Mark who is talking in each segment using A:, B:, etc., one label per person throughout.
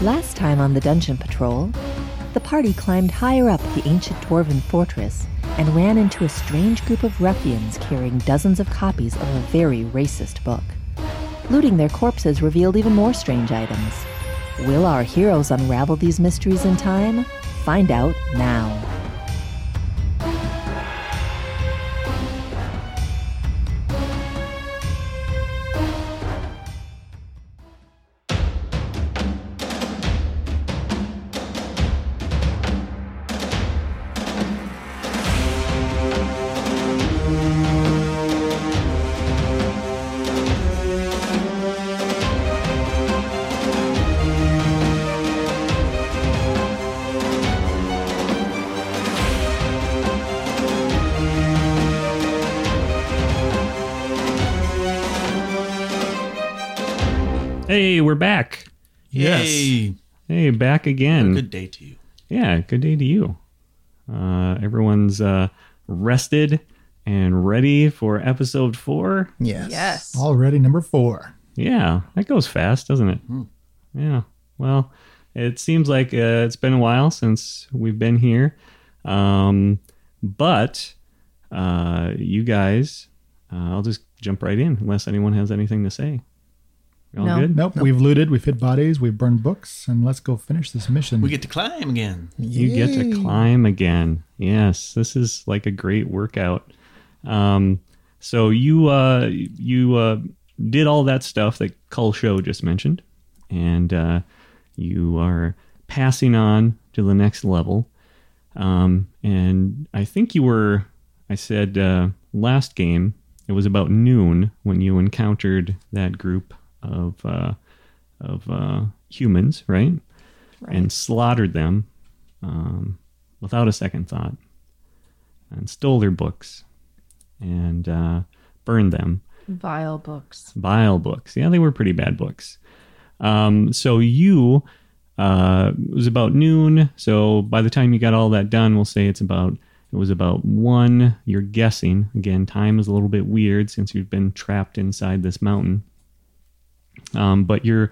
A: Last time on the Dungeon Patrol, the party climbed higher up the ancient dwarven fortress and ran into a strange group of ruffians carrying dozens of copies of a very racist book. Looting their corpses revealed even more strange items. Will our heroes unravel these mysteries in time? Find out now.
B: Hey, we're back.
C: Yes.
D: Yay.
B: Hey, back again.
D: Good day to you.
B: Yeah, good day to you. Uh, everyone's uh, rested and ready for episode four.
C: Yes.
E: Yes.
C: Already number four.
B: Yeah, that goes fast, doesn't it?
D: Hmm.
B: Yeah. Well, it seems like uh, it's been a while since we've been here. Um, but uh, you guys, uh, I'll just jump right in unless anyone has anything to say. You all
E: No.
B: good?
C: Nope, We've looted. We've hit bodies. We've burned books, and let's go finish this mission.
D: We get to climb again.
B: You get to climb again. Yes, this is like a great workout. Um, so you uh, you uh, did all that stuff that Cull Show just mentioned, and uh, you are passing on to the next level. Um, and I think you were. I said uh, last game it was about noon when you encountered that group of uh, of uh, humans, right? and slaughtered them um, without a second thought, and stole their books and uh, burned them.
E: Vile books.
B: Vile books. Yeah, they were pretty bad books. Um, so you, uh, it was about noon. So by the time you got all that done, we'll say it's about, it was about one. You're guessing. Again, time is a little bit weird since you've been trapped inside this mountain. Um, but you're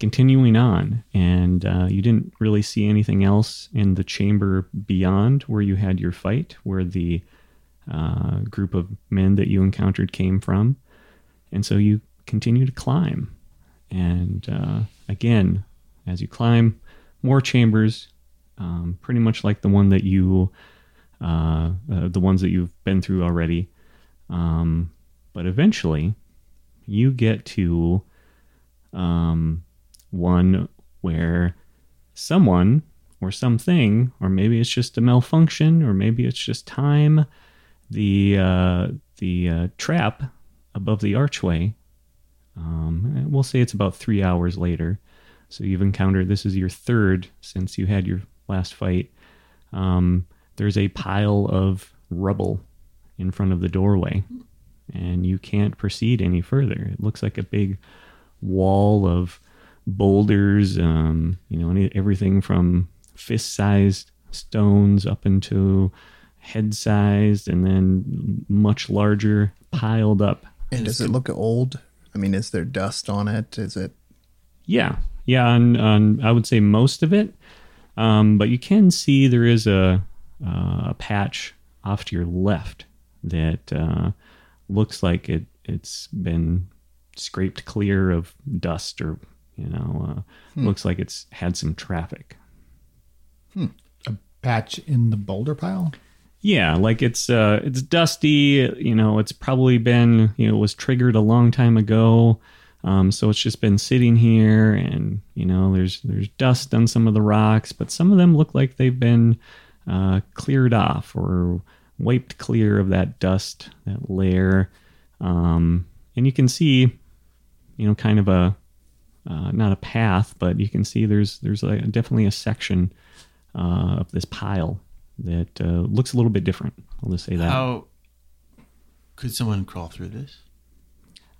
B: continuing on, and uh, you didn't really see anything else in the chamber beyond where you had your fight, where the uh, group of men that you encountered came from. And so you continue to climb. And uh, again, as you climb, more chambers, um, pretty much like the one that you, uh, uh, the ones that you've been through already. Um, but eventually, you get to um, one where someone or something, or maybe it's just a malfunction, or maybe it's just time, the uh, the uh, trap above the archway. Um, and we'll say it's about three hours later. So you've encountered this is your third since you had your last fight. Um, there's a pile of rubble in front of the doorway, and you can't proceed any further. It looks like a big wall of boulders, um, you know, any, everything from fist sized stones up into head sized and then much larger piled up.
F: And does it look old? I mean, is there dust on it? Is it
B: Yeah. Yeah. On, on I would say most of it. Um, but you can see there is a, uh, a patch off to your left that uh, looks like it, it's been scraped clear of dust or, you know, uh, looks like it's had some traffic.
C: Patch in the boulder pile.
B: Yeah, like it's uh it's dusty, you know, it's probably been, you know, it was triggered a long time ago. Um so it's just been sitting here and, you know, there's there's dust on some of the rocks, but some of them look like they've been uh cleared off or wiped clear of that dust, that layer. Um and you can see, you know, kind of a uh, not a path, but you can see there's there's a, definitely a section uh, of this pile that uh, looks a little bit different. I'll just say that
D: How could someone crawl through this?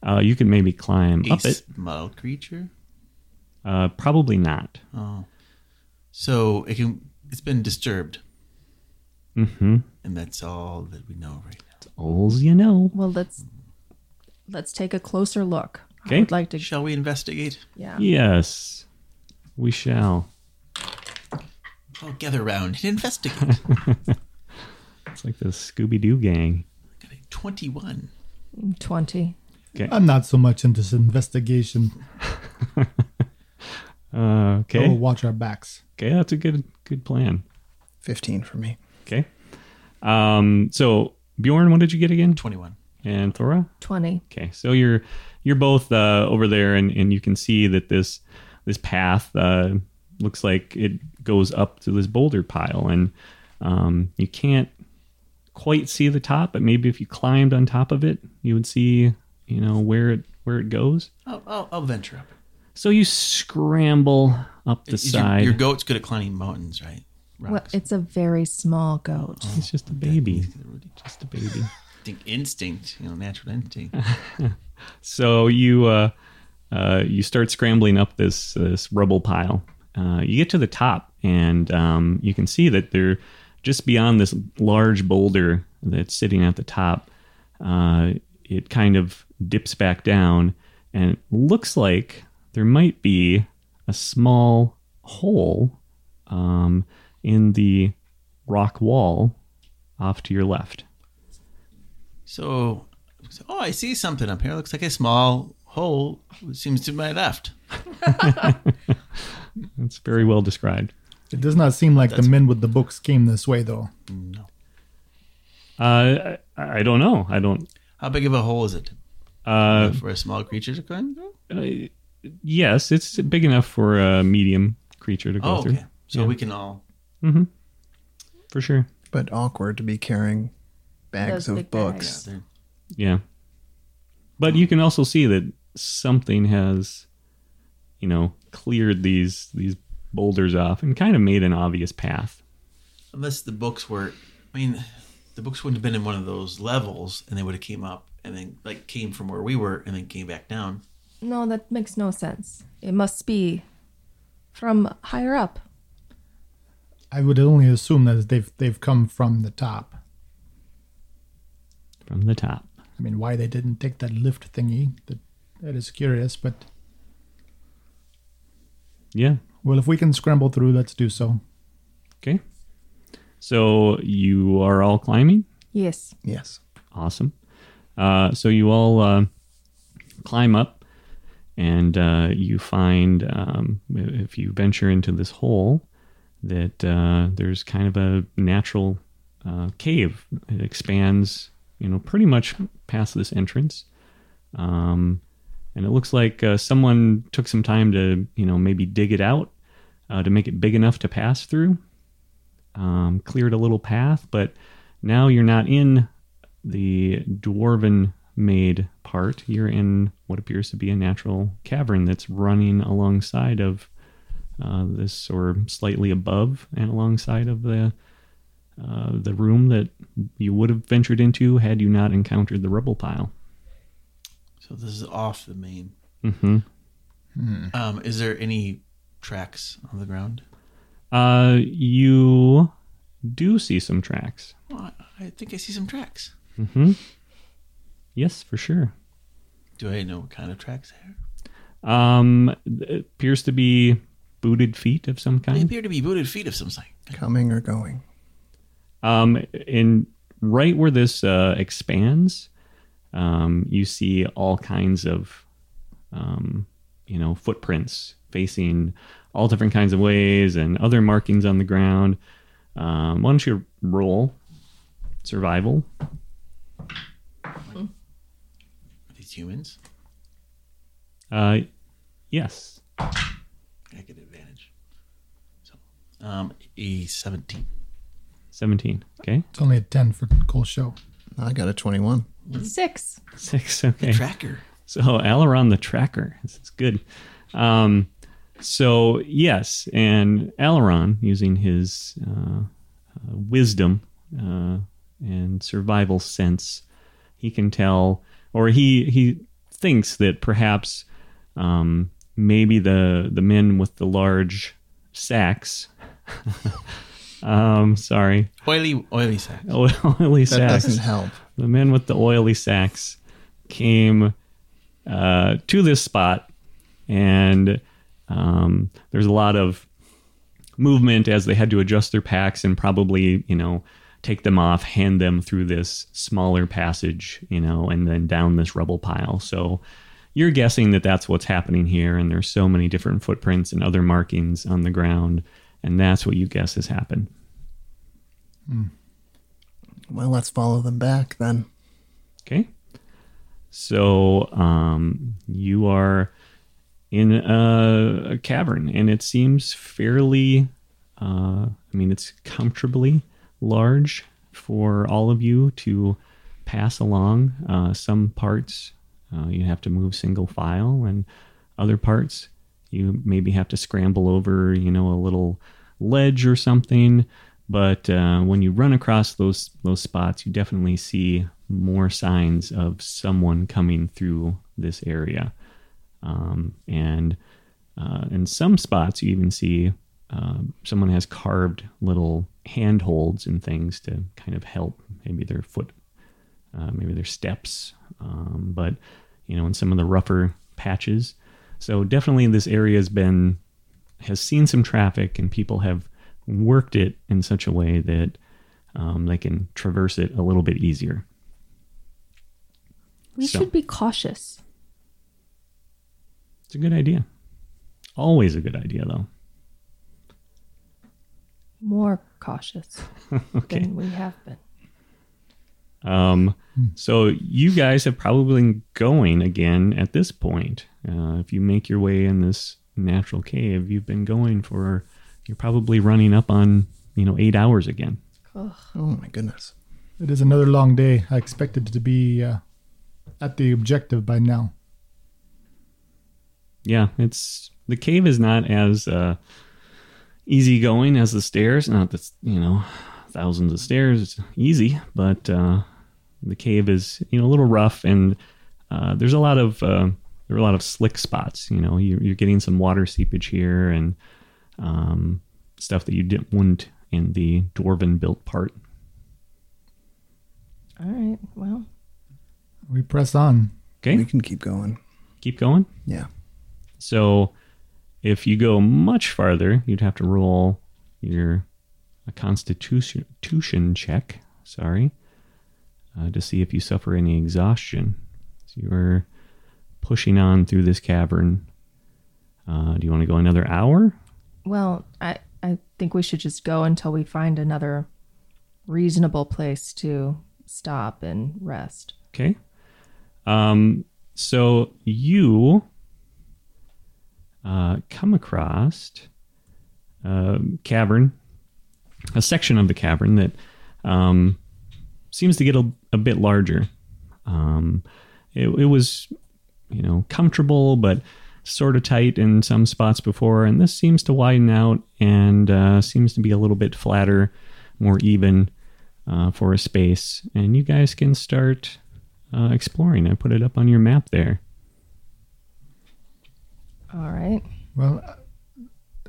B: uh, you could maybe climb
D: A
B: up it.
D: small creature?
B: Uh, probably not.
D: Oh. So it can it's been disturbed.
B: Mm-hmm.
D: And that's all that we know right now.
B: It's alls you know.
E: Well, let's let's take a closer look.
B: Okay.
E: I would like to.
D: Shall we investigate?
E: Yeah.
B: Yes. We shall.
D: Oh, gather around and investigate.
B: It's like the Scooby Doo gang.
D: Got a 21.
E: 20.
C: I'm not so much into this investigation.
B: Uh, okay.
C: We'll watch our backs.
B: Okay, that's a good good plan.
F: 15 for me.
B: Okay. Um, so Bjorn, what did you get again?
D: 21.
B: And Thora?
E: 20.
B: Okay, so you're you're both uh, over there, and, and you can see that this this path uh, looks like it goes up to this boulder pile, and um, you can't quite see the top, but maybe if you climbed on top of it, you would see you know where it where it goes.
D: I'll, I'll, I'll venture up.
B: So you scramble up the
D: Is your-
B: side.
D: Your, goat's good at climbing mountains, right?
E: Well,
D: Rocks.
E: it's a very small goat.
B: it's just a baby, just a baby.
D: Think instinct, you know, natural instinct.
B: So you uh, uh, you start scrambling up this this rubble pile. Uh, you get to the top, and um, you can see that there, just beyond this large boulder that's sitting at the top, uh, it kind of dips back down, and it looks like there might be a small hole um, in the rock wall off to your left.
D: So, so, oh, I see something up here. Looks like a small hole. It seems to my left.
B: That's very well described.
C: It does not seem like the men with the books came this way, though.
B: Uh, I, I don't know. I don't.
D: How big of a hole is it?
B: Uh,
D: for a small creature to climb through?
B: Uh, yes, it's big enough for a medium creature to go
D: Oh,
B: through.
D: okay. So
B: Yeah.
D: we can all.
B: For sure.
F: But awkward to be carrying bags
E: Those big
F: of
D: Yeah,
F: books.
D: they're-
B: Yeah. But you can also see that something has, you know, cleared these these boulders off and kind of made an obvious path.
D: unless the books were. I mean, the books wouldn't have been in one of those levels, and they would have came up and then like came from where we were and then came back down.
E: No, that makes no sense. It must be from higher up.
C: I would only assume that they've they've come from the top.
B: from the top.
C: I mean, why they didn't take that lift thingy? That that is curious. But
B: Yeah.
C: well, if we can scramble through, let's do so.
B: Okay. So you are all climbing.
E: Yes.
F: Yes.
B: Awesome. Uh, so you all uh, climb up, and uh, you find um, if you venture into this hole that uh, there's kind of a natural uh, cave. It expands, you know, pretty much past this entrance. Um, and it looks like uh, someone took some time to, you know, maybe dig it out uh, to make it big enough to pass through. Um, cleared a little path, but now you're not in the dwarven made part. You're in what appears to be a natural cavern that's running alongside of uh, this, or slightly above and alongside of the uh, the room that you would have ventured into had you not encountered the rubble pile.
D: So this is off the main.
B: hmm
D: Um, is there any tracks on the ground?
B: Uh, you do see some tracks.
D: Well, I, I think I see some tracks.
B: hmm Yes, for sure.
D: Do I know what kind of tracks they are?
B: Um, it appears to be booted feet of some
D: They
B: kind.
D: appear to be booted feet of some sort.
F: Coming or going.
B: Um, and right where this uh, expands, um, you see all kinds of, um, you know, footprints facing all different kinds of ways and other markings on the ground. Um, why don't you roll survival?
D: Are these humans?
B: Uh, yes.
D: I get advantage. So, um, a seventeen.
B: 17. Okay.
C: It's only a ten for Cole show.
F: I got a 21.
E: Six.
B: Six. Okay.
D: Tracker.
B: So Alaron the tracker. This is good. Um, so yes, and Alaron using his uh, uh, wisdom uh, and survival sense, he can tell, or he he thinks that perhaps um, maybe the the men with the large sacks. um, sorry,
D: Oily, oily sack.
B: oily
F: That
B: sacks
F: doesn't help.
B: the men with the oily sacks came uh, to this spot and Um, there's a lot of movement as they had to adjust their packs and probably, you know, take them off, hand them through this smaller passage, you know, and then down this rubble pile. So you're guessing that that's what's happening here, and there's so many different footprints and other markings on the ground, and that's what you guess has happened.
F: Well, let's follow them back then.
B: Okay. So um, you are in a, a cavern, and it seems fairly, uh, I mean, it's comfortably large for all of you to pass along. Uh, some parts uh, you have to move single file, and other parts you maybe have to scramble over, you know, a little ledge or something. But uh, when you run across those those spots, you definitely see more signs of someone coming through this area, um, and uh, in some spots you even see um, someone has carved little handholds and things to kind of help maybe their foot uh, maybe their steps, um, but you know, in some of the rougher patches. So definitely, this area has been has seen some traffic, and people have worked it in such a way that um, they can traverse it a little bit easier.
E: We
B: So-
E: should be cautious.
B: It's a good idea. Always a good idea, though.
E: More cautious
B: Okay.
E: than we have been.
B: Um, so you guys have probably been going again at this point. Uh, if you make your way in this natural cave, you've been going for you're probably running up on you know eight hours again.
F: Oh my goodness.
C: It is another long day. I expected to be uh, at the objective by now.
B: Yeah, it's the cave is not as uh, easy going as the stairs. Not that you know thousands of stairs. It's easy, but uh, the cave is you know a little rough, and uh, there's a lot of uh, there are a lot of slick spots. You know, you're, you're getting some water seepage here and um, stuff that you didn't wouldn't in the dwarven built part.
E: All right. Well,
C: We press on.
B: Okay,
F: We can keep going.
B: keep going.
F: Yeah.
B: So if you go much farther, you'd have to roll your a constitution tuition check, sorry, uh, to see if you suffer any exhaustion. So you're pushing on through this cavern. Uh, do you want to go another hour?
E: well, I I think we should just go until we find another reasonable place to stop and rest.
B: Okay. Um, so you uh, come across a cavern, a section of the cavern that um, seems to get a, a bit larger. Um, it, it was, you know, comfortable, but sort of tight in some spots before, and this seems to widen out and uh, seems to be a little bit flatter, more even uh, for a space. And you guys can start uh, exploring. I put it up on your map there.
E: All right.
C: Well, uh,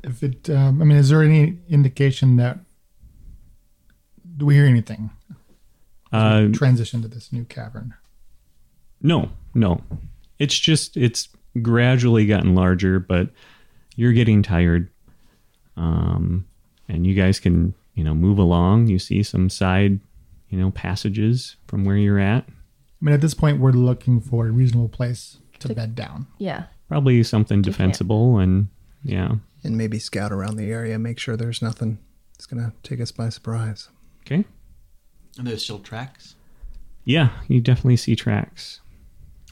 C: if it, um, I mean, is there any indication that do we hear anything?
B: Uh,
C: Transition to this new cavern.
B: No, no. It's just it's gradually gotten larger, but you're getting tired. Um, and you guys can you know move along. You see some side you know passages from where you're at.
C: I mean, at this point, we're looking for a reasonable place to bed down.
E: Yeah.
B: Probably something defensible and yeah.
F: And maybe scout around the area, make sure there's nothing that's going to take us by surprise.
B: Okay.
D: And there's still tracks.
B: Yeah, you definitely see tracks.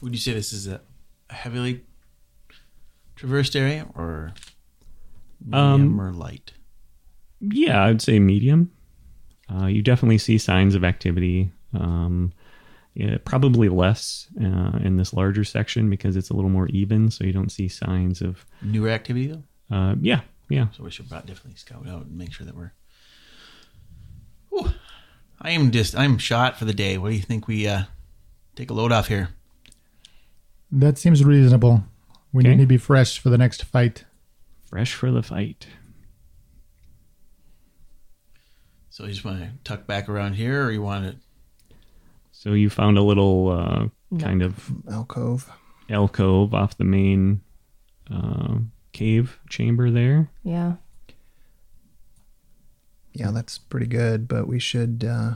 D: Would you say this is a heavily traversed area or
F: Um,
D: medium or light?
B: Yeah, I'd say medium. Uh, you definitely see signs of activity. Um, yeah, probably less uh, in this larger section because it's a little more even, so you don't see signs of.
D: Newer activity though,
B: Uh, yeah, yeah.
D: so we should prob- definitely scout out and make sure that we're. Whew. I am just I'm shot for the day. What do you think we uh take a load off here?
C: That seems reasonable. We
B: Okay.
C: need to be fresh for the next fight.
B: Fresh for the fight.
D: So you just want to tuck back around here, or you want to?
B: So you found a little uh, kind of
F: Alcove.
B: alcove off the main uh, cave chamber there.
E: Yeah.
F: Yeah, that's pretty good, but we should, uh,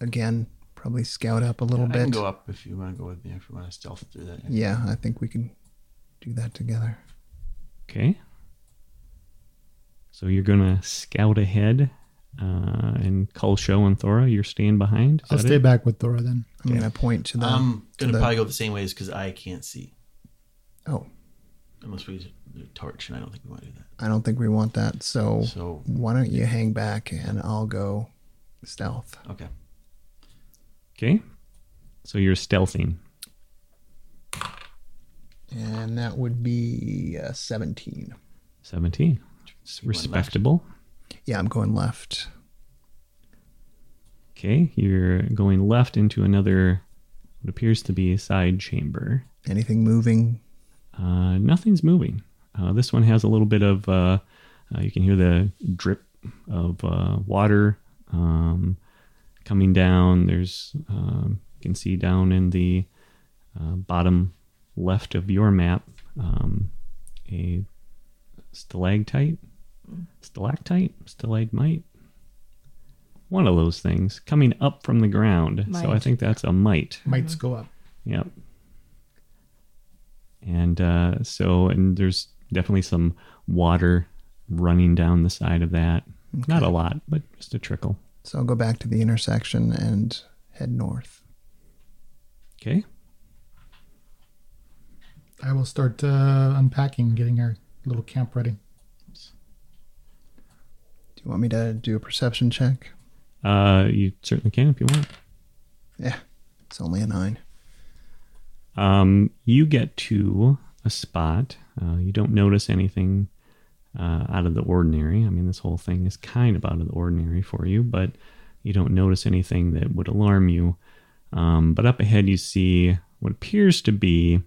F: again, probably scout up a little
D: I
F: bit.
D: can go up if you want to go with me. If you want to stealth through that.
F: Yeah, I think we can do that together.
B: Okay. So you're gonna scout ahead, uh, and Kulsho and Thora, you're staying behind. Is
C: I'll
B: that
C: stay
B: it?
C: back with Thora then.
F: I'm going to point to the.
D: I'm
F: to
D: gonna
F: the-
D: probably go the same ways because I can't see
F: Oh,
D: unless we use a torch, and I don't think we want to do that.
F: I don't think we want that. So,
D: So
F: why don't you hang back and I'll go stealth.
D: okay,
B: Okay. So you're stealthing.
F: And that would be uh, 17.
B: Seventeen. It's
D: You went left.
B: respectable.
F: Yeah, I'm going left.
B: Okay, you're going left into another, what appears to be a side chamber.
F: Anything moving?
B: Uh, nothing's moving. Uh, this one has a little bit of, uh, uh, you can hear the drip of uh, water um, coming down. There's, um, you can see down in the uh, bottom left of your map um, a stalactite, stalactite, stalagmite. One of those things coming up from the ground. So I
E: Mite.
B: think that's a mite.
C: Mites go up.
B: Yep. And uh, so, and there's definitely some water running down the side of that. Not a lot, but just a trickle.
F: So, I'll go back to the intersection and head north.
B: Okay.
C: I will start uh, unpacking, getting our little camp ready.
F: Do you want me to do a perception check?
B: Uh, you certainly can if you want.
F: Yeah, it's only a nine.
B: Um, you get to a spot. Uh, you don't notice anything uh, out of the ordinary. I mean, this whole thing is kind of out of the ordinary for you, but you don't notice anything that would alarm you. Um, but up ahead, you see what appears to be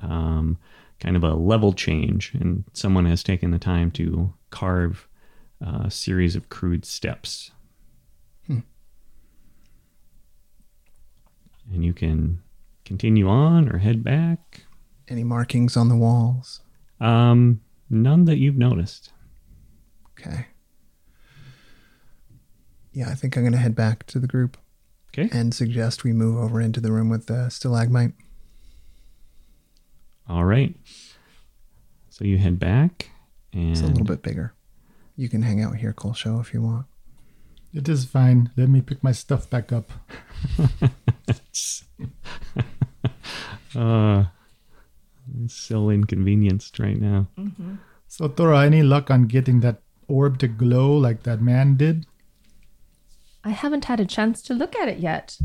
B: um, kind of a level change, and someone has taken the time to carve uh, a series of crude steps. And you can continue on or head back.
F: Any markings on the walls?
B: Um, none that you've noticed.
F: Okay. Yeah, I think I'm going to head back to the group
B: Okay.
F: and suggest we move over into the room with the stalagmite.
B: All right. So you head back and
F: It's a little bit bigger. You can hang out here, Colshow, if you want.
C: It is fine. Let me pick my stuff back up.
B: uh so inconvenienced right now.
C: So Thora, any luck on getting that orb to glow like that man did?
E: I haven't had a chance to look at it yet.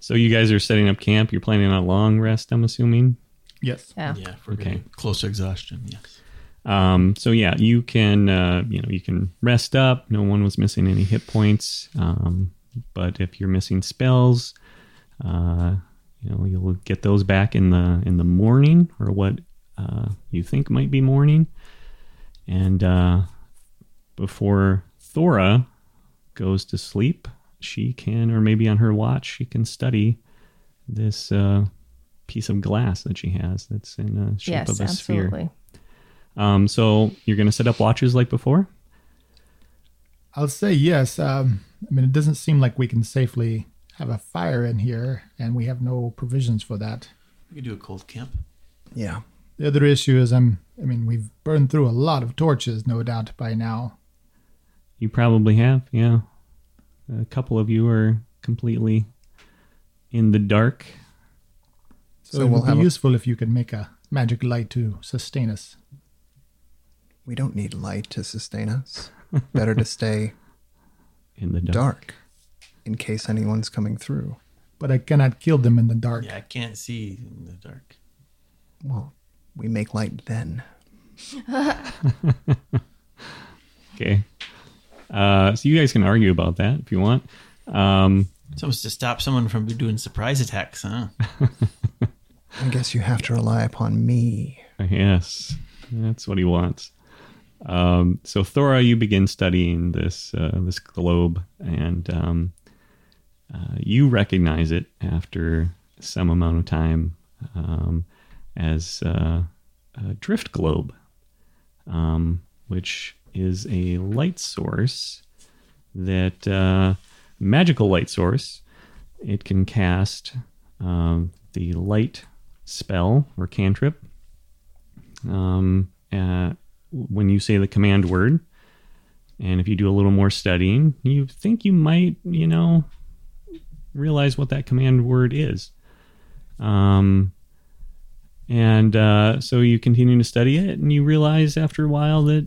B: So you guys are setting up camp. You're planning on a long rest, I'm assuming.
C: Yes.
E: Yeah.
D: yeah, if we're
B: Okay.
D: okay. Close to exhaustion. Yes.
B: Um, so yeah, you can uh, you know you can rest up. No one was missing any hit points, um, but if you're missing spells, uh, you know you'll get those back in the in the morning or what uh, you think might be morning. And uh, before Thora goes to sleep, she can, or maybe on her watch, she can study this uh, piece of glass that she has that's in the shape
E: Yes,
B: of a sphere.
E: absolutely.
B: Um, so you're going to set up watches like before.
C: I'll say yes. Um, I mean, it doesn't seem like we can safely have a fire in here, and we have no provisions for that.
D: We could do a cold camp.
F: Yeah.
C: The other issue is, I'm. I mean, we've burned through a lot of torches, no doubt, by now.
B: You probably have, yeah. A couple of you are completely in the dark.
C: So,
F: So
C: it
F: we'll
C: would
F: have
C: be
F: a-
C: useful if you could make a magic light to sustain us.
F: We don't need light to sustain us. Better to stay
B: In the dark.
F: dark in case anyone's coming through.
C: But I cannot kill them in the dark.
D: Yeah, I can't see in the dark.
F: Well, we make light then.
B: Okay. Uh, so you guys can argue about that if you want. Um,
D: It's almost to stop someone from doing surprise attacks, huh?
F: I guess you have to rely upon me.
B: yes, that's what he wants. Um, so Thora, you begin studying this uh, this globe, and um, uh, you recognize it after some amount of time um, as uh, a drift globe. um, which is a light source that uh, magical light source. It can cast um, the light spell or cantrip. Um, uh, when you say the command word, and if you do a little more studying, you think you might, you know, realize what that command word is. Um, and uh, so you continue to study it, and you realize after a while that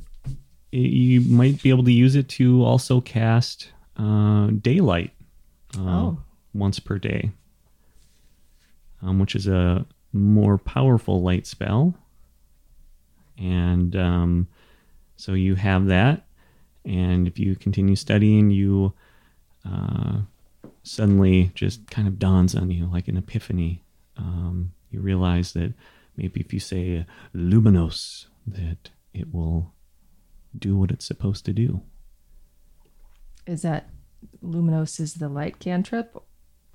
B: it, you might be able to use it to also cast uh, daylight uh,
E: Oh.
B: once per day, um, which is a more powerful light spell. And um, so you have that, and if you continue studying, you uh, suddenly just kind of dawns on you like an epiphany. Um, you realize that maybe if you say luminos, that it will do what it's supposed to do.
E: Is that luminos is the light cantrip,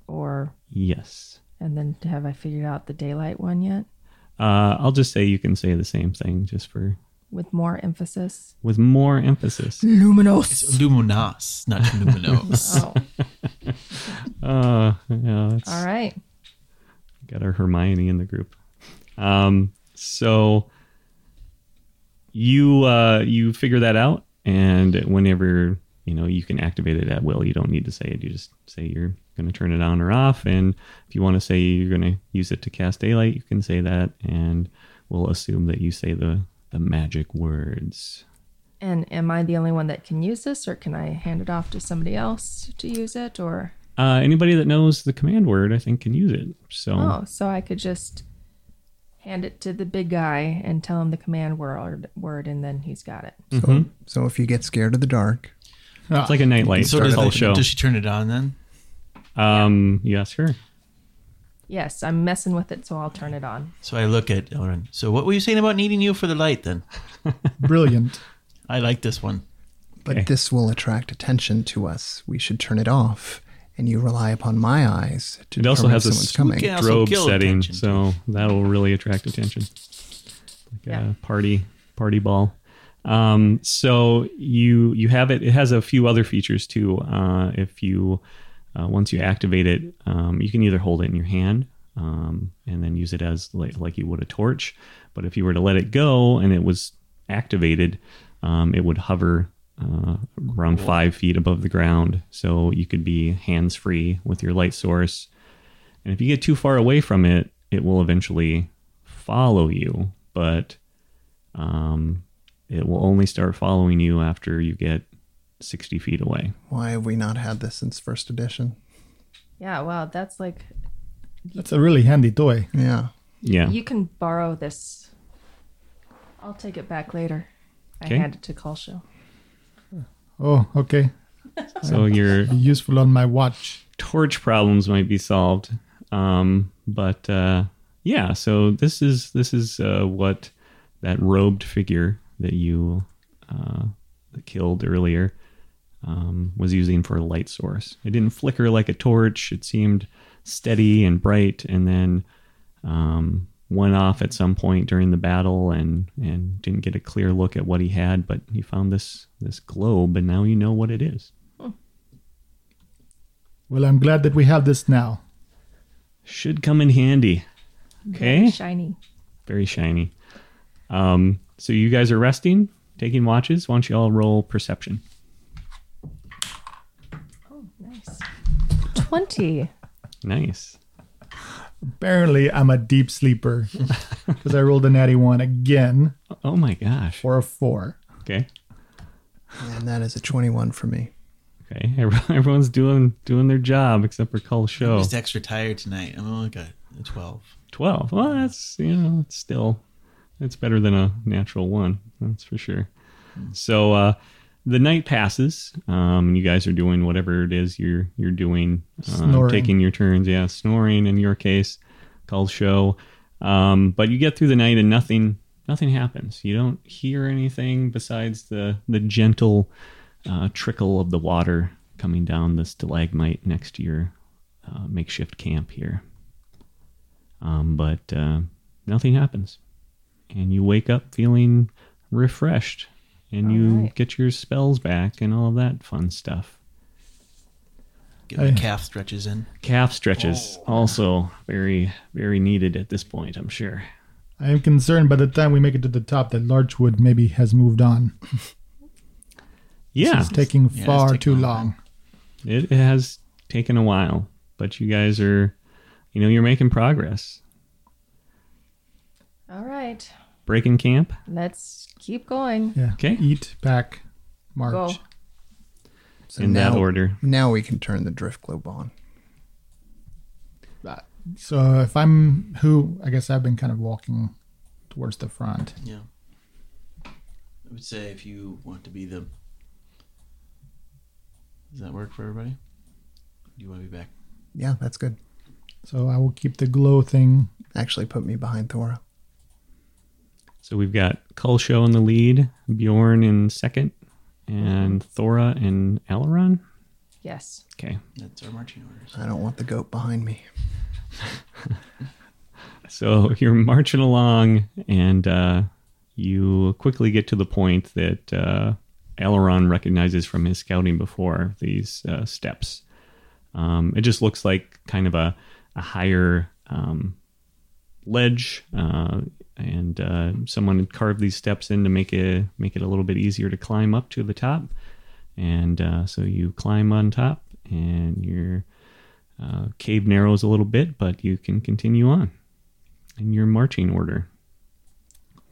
E: or
B: Yes.
E: and then have I figured out the daylight one yet?
B: Uh, I'll just say you can say the same thing just for
E: With more emphasis.
B: with more emphasis.
E: Luminos.
D: It's luminos, not luminos.
E: Oh,
B: Uh, yeah, that's-
E: all right.
B: got our Hermione in the group. Um, so you uh, you figure that out, and whenever you know you can activate it at will. You don't need to say it. You just say you're going to turn it on or off, and if you want to say you're going to use it to cast daylight, you can say that, and we'll assume that you say the the magic words.
E: And am I the only one that can use this, or can I hand it off to somebody else to use it? Or
B: Uh, anybody that knows the command word, I think, can use it. So
E: oh, so I could just hand it to the big guy and tell him the command word, word and then he's got it.
F: So,
B: Mm-hmm.
F: so if you get scared of the dark,
B: it's like a nightlight.
D: so
B: for
D: does,
B: the whole show.
D: does she turn it on then?
B: Um, you ask her.
E: Yes, I'm messing with it, so I'll turn it on.
D: So I look at Oren. So what were you saying about needing you for the light then?
C: Brilliant.
D: I like this one.
F: but
B: Okay.
F: this will attract attention to us. We should turn it off, and you rely upon my eyes to
B: It also
F: determine
B: has
F: if
B: a
F: someone's coming.
D: spooky- also
B: strobe
D: kill
B: setting,
D: attention,
B: so that'll really attract attention. Like
E: Yeah.
B: a party party ball. Um, so you you have it. It has a few other features too. Uh, if you uh, once you activate it, um, you can either hold it in your hand um, and then use it as like, like you would a torch. But if you were to let it go and it was activated, um, it would hover uh, around five feet above the ground. So you could be hands free with your light source. And if you get too far away from it, it will eventually follow you, but um, it will only start following you after you get 60 feet away.
F: Why have we not had this since first edition?
E: Yeah, well, that's like
C: That's a really handy toy.
F: Yeah.
B: Yeah.
E: you can borrow this. I'll take it back later.
B: Okay.
E: I hand it to Kalsho.
C: Oh, okay.
B: so your
C: Be useful on my watch.
B: torch problems might be solved. Um, but uh, yeah, so this is this is uh, what that robed figure that you uh, killed earlier um, was using for a light source. It didn't flicker like a torch. It seemed steady and bright, and then um, went off at some point during the battle, and and didn't get a clear look at what he had. But you found this this globe, and now you know what it is.
C: Well, I'm glad that we have this now.
B: Should come in handy. Okay.
E: Shiny.
B: Very shiny. Um, so you guys are resting, taking watches. Why don't you all roll perception?
E: Nice. 20.
B: Nice.
C: Apparently, I'm a deep sleeper because I rolled a natty one again
B: Oh my gosh.
C: for a four.
B: Okay.
F: And that is a 21 for me.
B: Okay. Everyone- Everyone's doing doing their job except for Cull
D: I'm
B: Show.
D: just extra tired tonight. I'm only got a twelve.
B: Twelve. Well, that's you know, it's still it's better than a natural one. That's for sure. So uh, the night passes. Um, and you guys are doing whatever it is you're you're doing, uh,
C: Snoring.
B: taking your turns. Yeah, snoring in your case, call show. Um, but you get through the night and nothing nothing happens. You don't hear anything besides the the gentle uh, trickle of the water coming down the stalagmite next to your uh, makeshift camp here. Um, but uh, nothing happens, and you wake up feeling refreshed and you
E: Alright.
B: get your spells back and all that fun stuff.
D: Get my
C: I-
D: calf stretches in.
B: Calf stretches
F: Oh.
B: also very very needed at this point, I'm sure.
C: I am concerned by the time we make it to the top that Larchwood maybe has moved on.
B: Yeah.
C: It's taking
D: Yeah, it's
C: far
D: taking
C: too
D: a while.
C: long.
B: It has taken a while, but you guys are you know, you're making progress.
E: All right.
B: Breaking camp.
E: Let's keep going.
C: Yeah.
B: Okay.
C: Eat, pack, march.
E: Go.
F: So
B: in that
F: now-
B: order.
F: Now we can turn the drift globe on.
C: So if I'm who, I guess I've been kind of walking towards the front.
D: Yeah. I would say if you want to be the. Does that work for everybody? Do you want to be back?
F: Yeah, that's good.
C: So I will keep the glow thing.
F: Actually, put me behind Thora.
B: So we've got Kulsho in the lead, Bjorn in second,
F: Mm-hmm.
B: and Thora and Alaron.
E: Yes.
B: Okay.
D: That's our marching orders.
F: I don't want the goat behind me.
B: So you're marching along, and uh, you quickly get to the point that uh, Aileron recognizes from his scouting before these uh, steps. Um, it just looks like kind of a, a higher um, ledge, uh, and uh, someone had carved these steps in to make it make it a little bit easier to climb up to the top. And uh, so you climb on top, and your uh, cave narrows a little bit, but you can continue on in your marching order.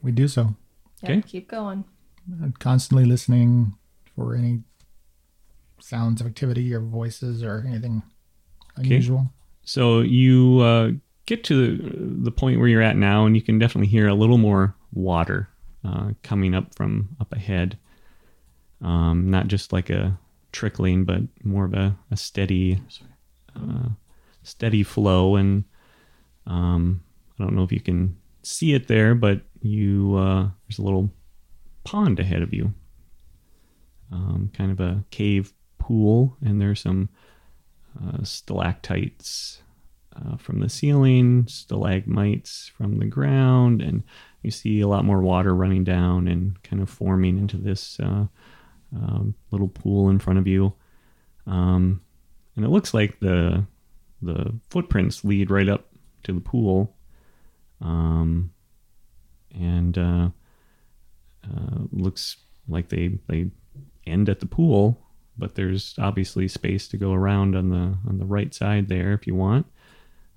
C: We do so.
E: Yep,
B: Okay.
E: Keep going.
C: I'm constantly listening for any sounds of activity or voices or anything unusual.
B: So you uh, get to the, the point where you're at now, and you can definitely hear a little more water uh, coming up from up ahead. Um, not just like a trickling, but more of a, a steady,
D: I'm sorry.
B: uh, steady flow. And um, I don't know if you can see it there, but you uh, there's a little pond ahead of you, um, kind of a cave pool, and there's some uh, stalactites uh, from the ceiling, stalagmites from the ground, and you see a lot more water running down and kind of forming into this uh, um, little pool in front of you. Um, and it looks like the the footprints lead right up to the pool, um, and uh, uh, looks like they they end at the pool, but there's obviously space to go around on the on the right side there if you want,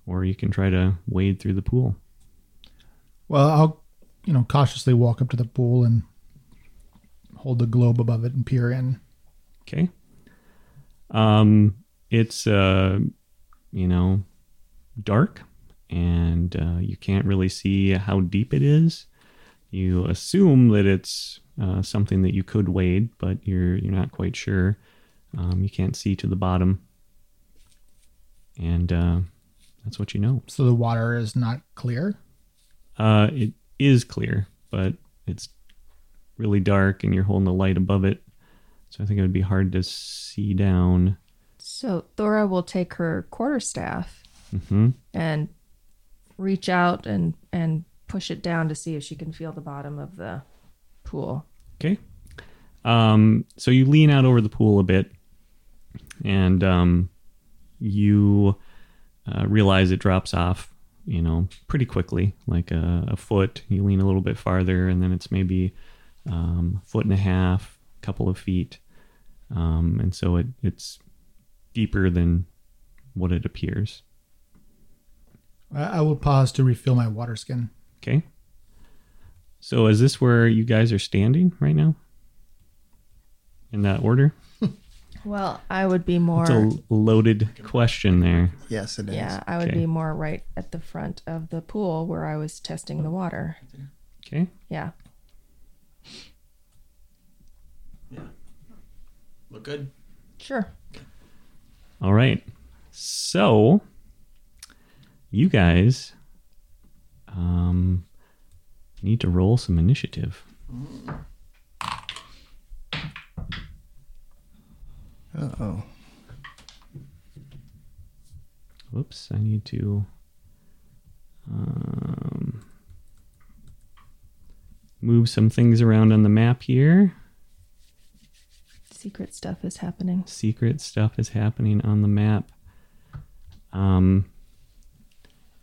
B: or you can try to wade through the pool.
C: Well, I'll, you know, cautiously walk up to the pool and hold the globe above it and peer in.
B: Okay. Um, it's uh, you know, dark, and uh, you can't really see how deep it is. You assume that it's uh, something that you could wade, but you're you're not quite sure. Um, you can't see to the bottom, and uh, that's what you know.
C: So the water is not clear.
B: Uh, it is clear, but it's really dark, and you're holding the light above it, so I think it would be hard to see down.
E: So Thora will take her quarterstaff
B: hmm
E: and reach out and and push it down to see if she can feel the bottom of the pool.
B: Okay. Um, so you lean out over the pool a bit, and um, you uh, realize it drops off, you know, pretty quickly, like a, a foot. You lean a little bit farther, and then it's maybe um, a foot and a half, couple of feet, um, and so it, it's deeper than what it appears.
C: I I will pause to refill my water skin.
B: Okay. So is this where you guys are standing right now? In that order?
E: Well, I would be more
B: It's a loaded question there.
F: Yes, it is.
E: yeah, I would
B: Okay.
E: be more right at the front of the pool where I was testing the water.
B: Okay.
E: Yeah.
D: Look good?
E: Sure.
B: All right. So you guys um, need to roll some initiative.
F: Uh oh.
B: Whoops, I need to. Um, move some things around on the map here.
E: Secret stuff is happening.
B: Secret stuff is happening on the map. Um,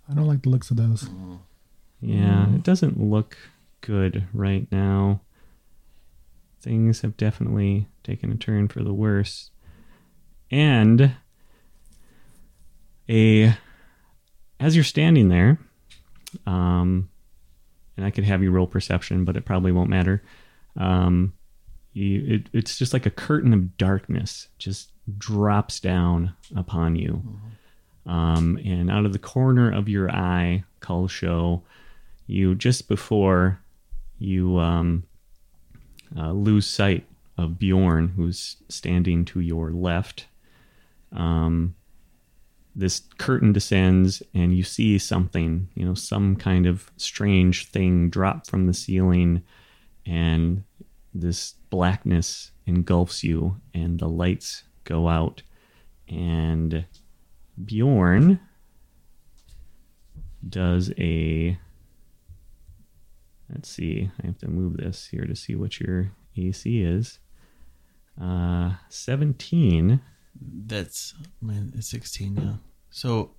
C: I don't like the looks of those.
B: yeah, it doesn't look good right now. Things have definitely taken a turn for the worse. And a as you're standing there, um, and I could have you roll perception, but it probably won't matter. Um, you, it, it's just like a curtain of darkness just drops down upon you. Um, and out of the corner of your eye, Cull Show, you just before you um, uh, lose sight of Bjorn, who's standing to your left. Um, this curtain descends, and you see something, you know, some kind of strange thing drop from the ceiling, and this blackness engulfs you, and the lights go out, and Bjorn does a. Let's see. I have to move this here to see what your AC is. Uh, 17.
D: That's I mean, it's sixteen now. So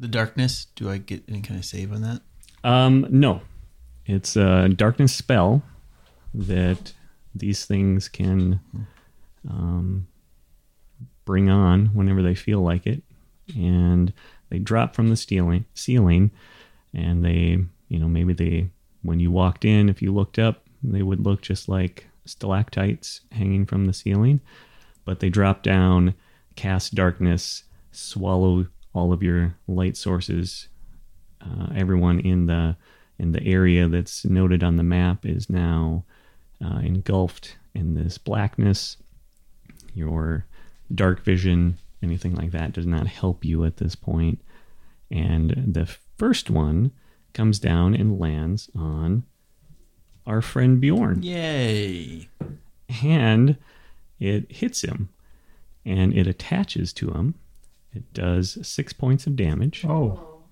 D: the darkness, do I get any kind of save on that?
B: Um, no, it's a darkness spell that these things can um, bring on whenever they feel like it, and they drop from the ceiling. Ceiling, and they, you know, maybe they, when you walked in, if you looked up, they would look just like stalactites hanging from the ceiling, but they drop down, cast darkness, swallow all of your light sources uh, everyone in the in the area that's noted on the map is now uh, engulfed in this blackness. Your dark vision, anything like that, does not help you at this point. And the first one comes down and lands on our friend Bjorn
D: Yay!
B: and it hits him and it attaches to him. It does six points of damage
C: Oh,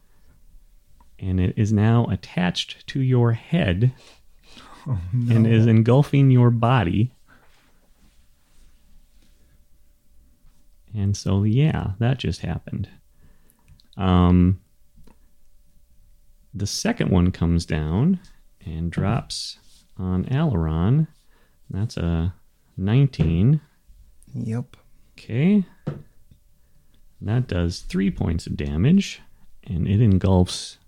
B: and it is now attached to your head and is engulfing your body. And so, yeah, that just happened. Um, the second one comes down and drops on Aileron. That's a 19.
F: Yep.
B: Okay. That does three points of damage, and it engulfs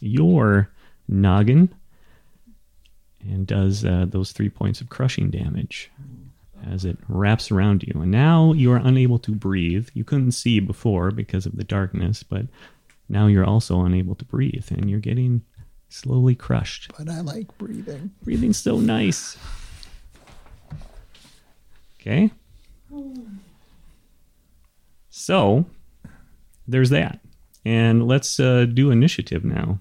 B: your noggin and does uh, those three points of crushing damage as it wraps around you. And now you are unable to breathe. You couldn't see before because of the darkness, but now you're also unable to breathe, and you're getting slowly crushed.
F: But I like breathing.
B: Breathing's so nice. Okay. So there's that. And let's uh, do initiative now.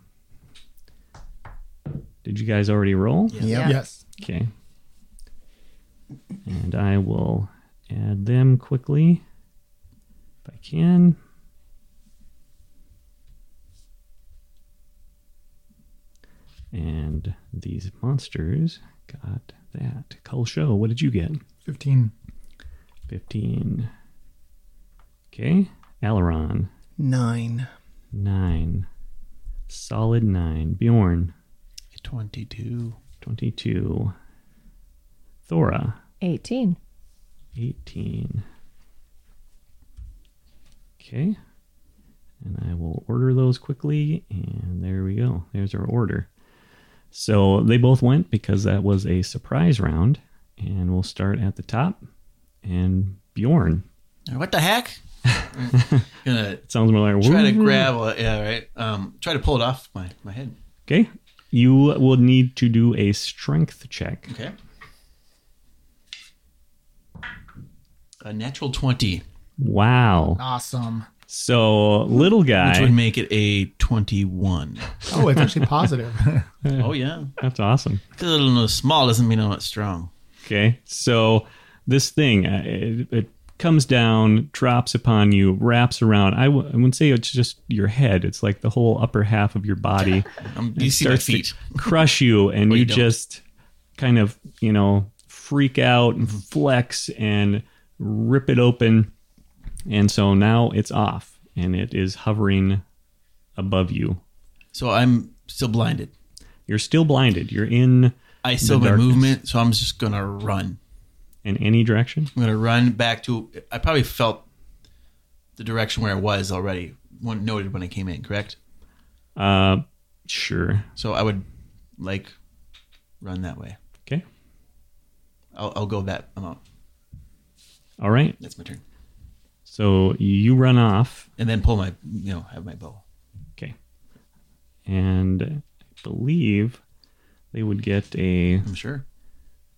B: Did you guys already roll?
F: Yep.
E: Yeah.
C: yes.
B: Okay. And I will add them quickly if I can. And these monsters got that. Cull Show, what did you get?
C: 15.
B: 15. Okay. Aileron,
F: Nine.
B: 9. Solid 9. Bjorn,
D: Twenty-two.
B: 22. Thora,
E: 18.
B: 18. Okay. And I will order those quickly. And there we go. There's our order. So they both went because that was a surprise round. And we'll start at the top. And Bjorn.
D: What the heck? gonna
B: It sounds more like.
D: try to grab. a- Yeah, right. Um, try to pull it off my my head.
B: Okay. You will need to do a strength check.
D: Okay. A natural twenty,
B: Wow.
C: Awesome.
B: So little
D: which would
B: guy.
D: make it a twenty-one.
C: Oh, it's actually positive.
D: oh yeah,
B: That's awesome.
D: because I don't know small doesn't mean I'm not strong.
B: Okay, so this thing uh, it, it comes down, drops upon you, wraps around. I w- I wouldn't say it's just your head; it's like the whole upper half of your body.
D: I'm,
B: It
D: you see my
B: starts to
D: feet.
B: crush you, and
D: Well,
B: you,
D: you don't.
B: just kind of you know freak out and flex and rip it open. And so now it's off, and it is hovering above you.
D: So I'm still blinded.
B: You're still blinded. You're in
D: I still
B: The
D: have my
B: darkness.
D: movement, so I'm just gonna run.
B: in any direction.
D: I'm gonna run back to. I probably felt the direction where I was already. One noted when I came in, correct?
B: Uh, sure.
D: So I would like run that way.
B: Okay.
D: I'll, I'll go that amount.
B: All right.
D: That's my turn.
B: So you run off.
D: And then pull my, you know, have my bow.
B: Okay. And I believe they would get a
D: I'm sure.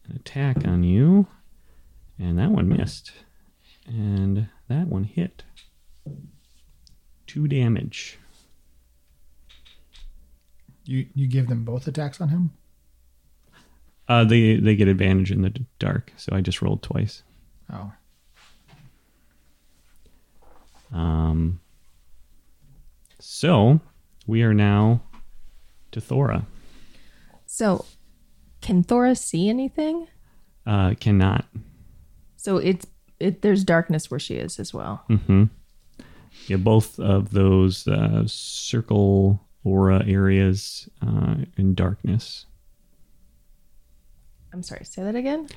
B: an attack on you. And that one missed. And that one hit. Two damage.
C: You you give them both attacks on him.
B: Uh, they they get advantage in the d- dark, so I just rolled twice.
C: Oh,
B: Um, so we are now to Thora.
E: So, can Thora see anything?
B: Uh, cannot.
E: So it's it. There's darkness where she is as well.
B: hmm Yeah, both of those uh, circle aura areas uh, in darkness.
E: I'm sorry. Say that again.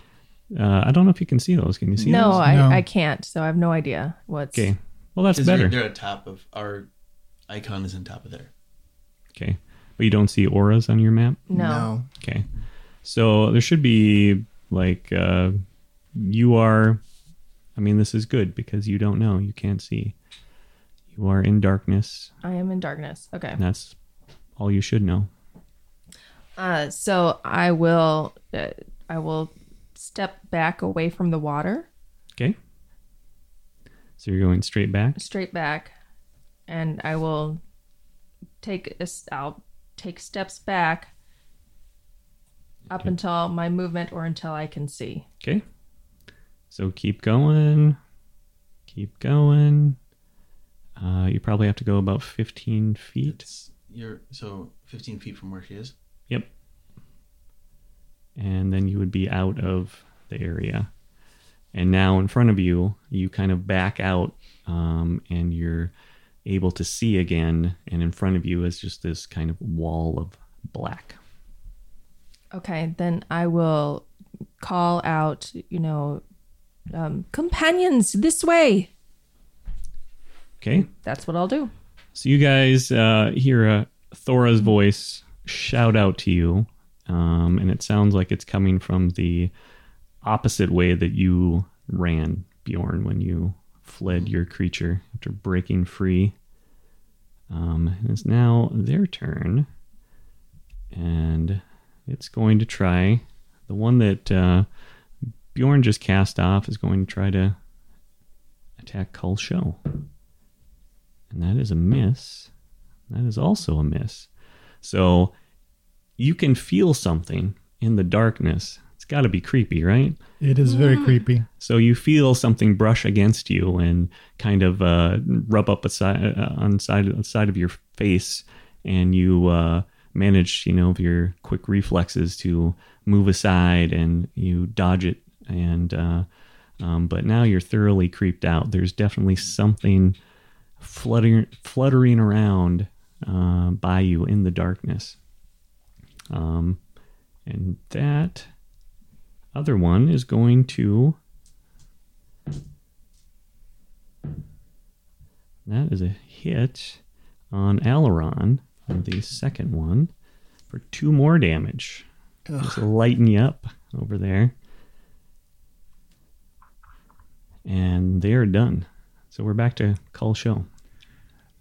B: Uh, I don't know if you can see those. Can you see
E: no,
B: those?
E: I,
C: No.
E: I can't. So I have no idea what's.
B: Okay. Well, that's
D: Because they're,
B: better.
D: they're on top of our icon is on top of there.
B: Okay. But you don't see auras on your map?
E: No.
F: No.
B: Okay. So there should be like uh, you are. I mean, this is good because you don't know. You can't see. You are in darkness.
E: I am in darkness. Okay.
B: And that's all you should know.
E: Uh, so I will. Uh, I will step back away from the water,
B: Okay. So you're going straight back.
E: straight back, and I will take. a s- I'll take steps back. Up until my movement, or until I can see.
B: Okay. So keep going. Keep going. Uh, you probably have to go about 15 feet.
D: It's you're so 15 feet from where she is.
B: Yep. And then you would be out of the area. And now in front of you, you kind of back out um, and you're able to see again. And in front of you is just this kind of wall of black.
E: Okay, then I will call out, you know, um, companions this way.
B: Okay.
E: That's what I'll do.
B: So you guys uh, hear uh, Thora's voice shout out to you, um, and it sounds like it's coming from the opposite way that you ran, Bjorn, when you fled your creature after breaking free. Um, and it's now their turn, and it's going to try the one that uh, Bjorn just cast off is going to try to attack Kulsho. And that is a miss. That is also a miss. So you can feel something in the darkness. It's got to be creepy, right?
C: it is very creepy.
B: So you feel something brush against you and kind of uh, rub up a side, uh, on side on side of your face, and you uh, manage, you know, with your quick reflexes to move aside and you dodge it. And uh, um, but now you're thoroughly creeped out. There's definitely something fluttering fluttering around uh, by you in the darkness. Um, and that other one is going to. That is a hit on Aileron on the second one for two more damage. Just lighten you up over there. And they are done. So we're back to Cull Show.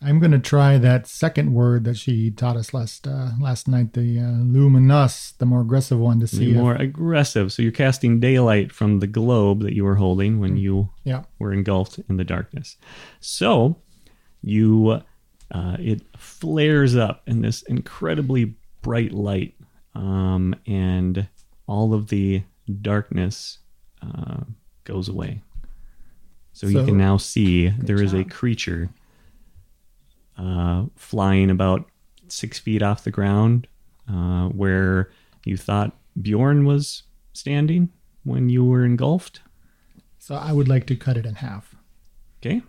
C: I'm gonna try that second word that she taught us last uh, last night. The uh, luminous, the more aggressive one to see.
B: Be
C: if-
B: more aggressive. So you're casting daylight from the globe that you were holding when you
C: yeah.
B: were engulfed in the darkness. So you, uh, it flares up in this incredibly bright light, um, and all of the darkness uh, goes away. So, you
C: So-
B: can now see there is a
E: job.
B: creature uh, flying about six feet off the ground uh, where you thought Bjorn was standing when you were engulfed.
C: So I would like to cut it in half.
B: Okay.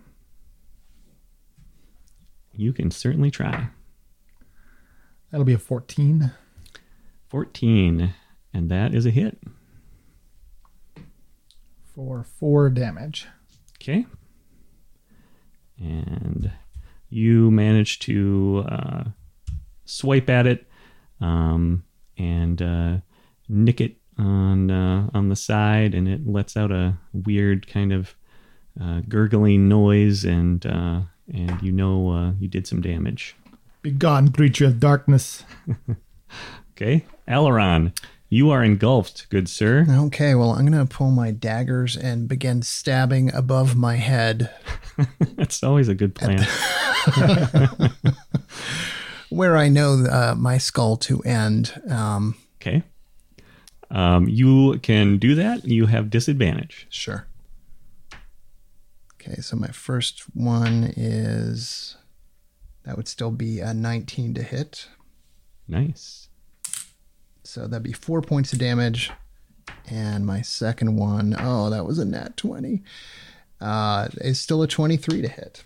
B: You can certainly try.
C: That'll be a 14.
B: 14, and that is a hit.
C: for four damage.
B: Okay. And you manage to uh, swipe at it um, and uh, nick it on uh, on the side, and it lets out a weird kind of uh, gurgling noise, and uh, and you know uh, you did some damage.
C: Begone, creature of darkness.
B: Okay, Aileron, you are engulfed, good sir.
F: Okay, well, I'm going to pull my daggers and begin stabbing above my head
B: That's always a good plan.
F: where I know uh, my skull to end. Um,
B: Okay. Um, you can do that. You have disadvantage.
F: sure. Okay, so my first one is that would still be a 19 to hit.
B: Nice.
F: So that'd be four points of damage. And my second one, oh, that was a nat 20. Uh, is still a 23 to hit.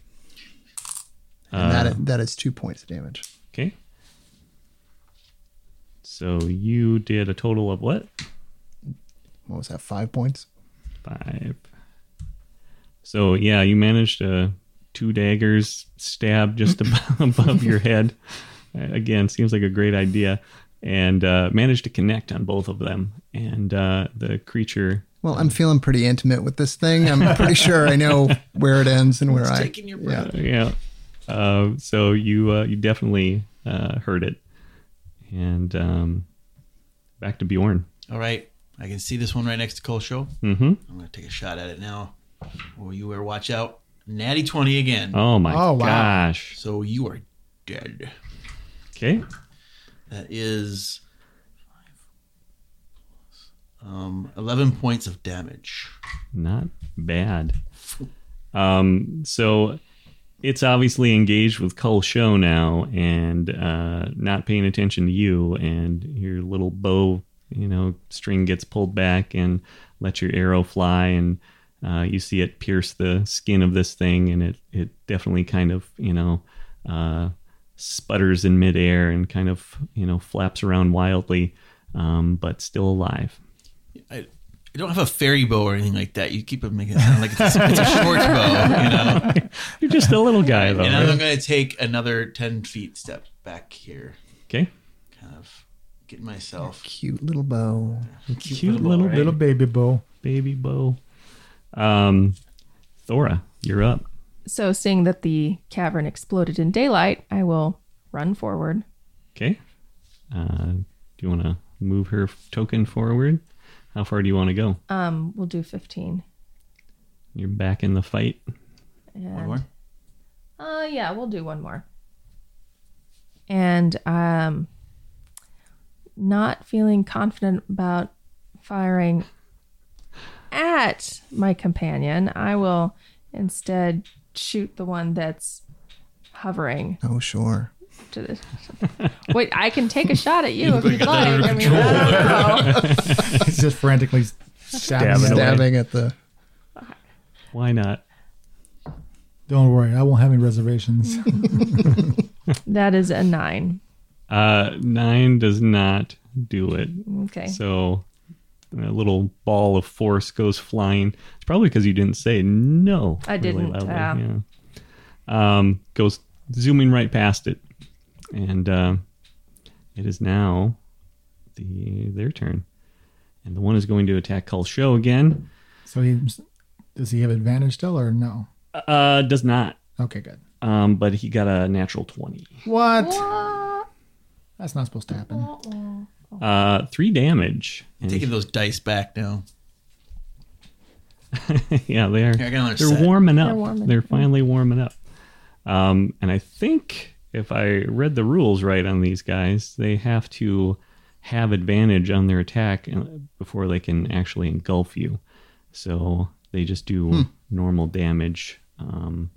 F: And that, that is two points of damage.
B: Okay. So you did a total of what?
F: What was that? Five points?
B: Five. So yeah, you managed uh, two daggers stab just above, above your head. Uh, Again, seems like a great idea, and uh, managed to connect on both of them. And uh, the creature
F: Well, I'm feeling pretty intimate with this thing. I'm pretty sure I know where it ends and where
D: It's
F: I.
D: taking your breath.
B: yeah. Uh, so you uh, you definitely uh, heard it, and um, back to Bjorn.
D: All right. I can see this one right next to Cole Show.
B: Mm-hmm.
D: I'm going to take a shot at it now. Oh, you better watch out. Natty 20 again.
B: Oh my
C: Oh, wow.
B: gosh!
D: So you are dead.
B: Okay,
D: That is um, 11 points of damage.
B: not bad. Um, so it's obviously engaged with Cull Show now, and uh, not paying attention to you, and your little bow, you know, string gets pulled back, and let your arrow fly, and uh, you see it pierce the skin of this thing, and it it definitely kind of you know. Uh, sputters in midair and kind of you know flaps around wildly um, but still alive
D: I, I don't have a fairy bow or anything like that. You keep it making it sound like it's a, it's a short bow, you know?
B: you're just a little guy though
D: And I'm
B: right?
D: going to take another 10 feet step back here.
B: okay
D: Kind of get myself.
F: Cute little bow.
B: cute, little,
D: bow,
B: little
C: Little baby bow.
B: baby bow. Um, Thora, you're up.
E: So, seeing that the cavern exploded in daylight, I will run forward.
B: Okay. Uh, do you want to move her token forward? How far do you want to go?
E: Um, we'll do 15.
B: You're back in the fight.
E: And,
D: One more?
E: Uh, yeah, we'll do one more. And um, not feeling confident about firing at my companion, I will instead shoot the one that's hovering.
F: Oh, sure.
E: To the... Wait, I can take a shot at you if you'd
D: got that
E: like.
D: under
E: I mean, I don't know.
C: He's just frantically stabbing.
B: Stabbing
C: it.
B: away.
F: Stabbing at the.
B: Why not?
C: Don't worry, I won't have any reservations.
E: That is a nine.
B: Uh, nine does not do it.
E: Okay.
B: So a little ball of force goes flying. It's probably because you didn't say no.
E: I didn't, uh,
B: yeah. Um, goes zooming right past it, and uh, it is now the their turn, and the one is going to attack Cull Show again.
C: so he does he have advantage still or no?
B: Uh, does not.
C: Okay, good.
B: Um, but he got a natural twenty.
C: What?
E: Wah,
C: That's not supposed to happen.
E: wah, wah.
B: Uh, three damage. And
D: Taking those dice back now.
B: yeah, they are.
D: Here, I got another
B: They're
D: set.
B: warming up. They're,
E: They're warming up.
B: finally warming up. Um, and I think if I read the rules right on these guys, they have to have advantage on their attack uh, before they can actually engulf you. So They just do
D: Hmm.
B: normal damage. Um,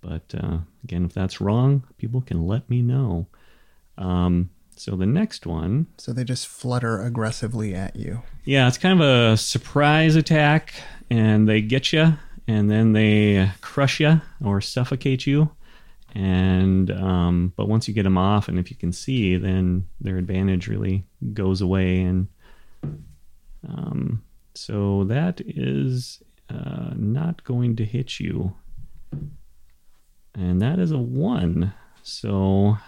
B: but uh, again, if that's wrong, people can let me know. Um, so the next one,
F: So they just flutter aggressively at you.
B: yeah, it's kind of a surprise attack, and they get you, and then they crush you or suffocate you. And um, but once you get them off, and if you can see, then their advantage really goes away. And um, so that is uh, not going to hit you, and that is a one. So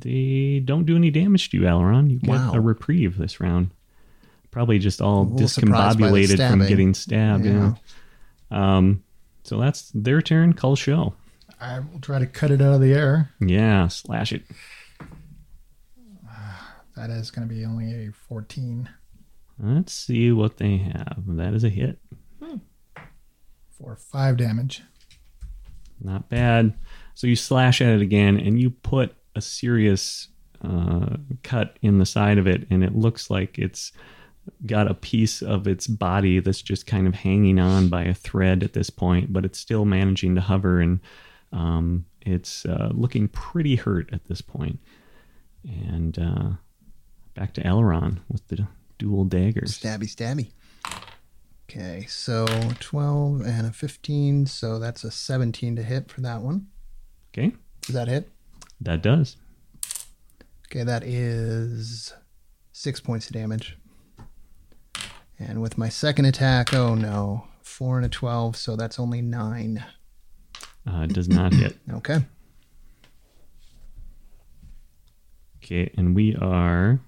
B: they don't do any damage to you, Alaron. You get
F: Wow.
B: a reprieve this round probably just all
F: little surprised by the
B: discombobulated from
F: stabbing.
B: getting stabbed.
F: Yeah.
B: Yeah. Um, so that's their turn. Call show.
C: I will try to cut it out of the air.
B: Yeah, slash it.
C: That is going to be only a 14
B: Let's see what they have. That is a hit.
C: for five damage.
B: Not bad. So you slash at it again, and you put a serious uh, cut in the side of it, and it looks like it's got a piece of its body that's just kind of hanging on by a thread at this point, but it's still managing to hover, and um, it's uh, looking pretty hurt at this point. And uh, back to Elron with the dual daggers.
F: Stabby, stabby. Okay, so 12 and a 15. So that's a 17 to hit for that one.
B: Okay,
F: Does that hit?
B: that does.
F: Okay, that is six points of damage. And with my second attack, oh no, four and a 12. So that's only nine.
B: Uh, it does not hit.
F: Okay.
B: Okay, and we are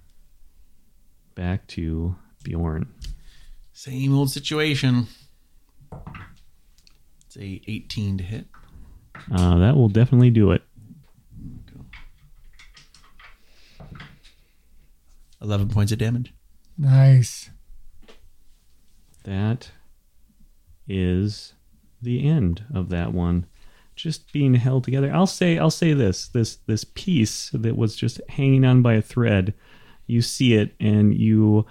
B: back to Bjorn.
D: Same old situation. It's a 18 to hit.
B: Uh, that will definitely do it.
D: 11 points of damage.
C: Nice.
B: That is the end of that one. Just being held together. I'll say I'll say this. This this piece that was just hanging on by a thread, you see it and you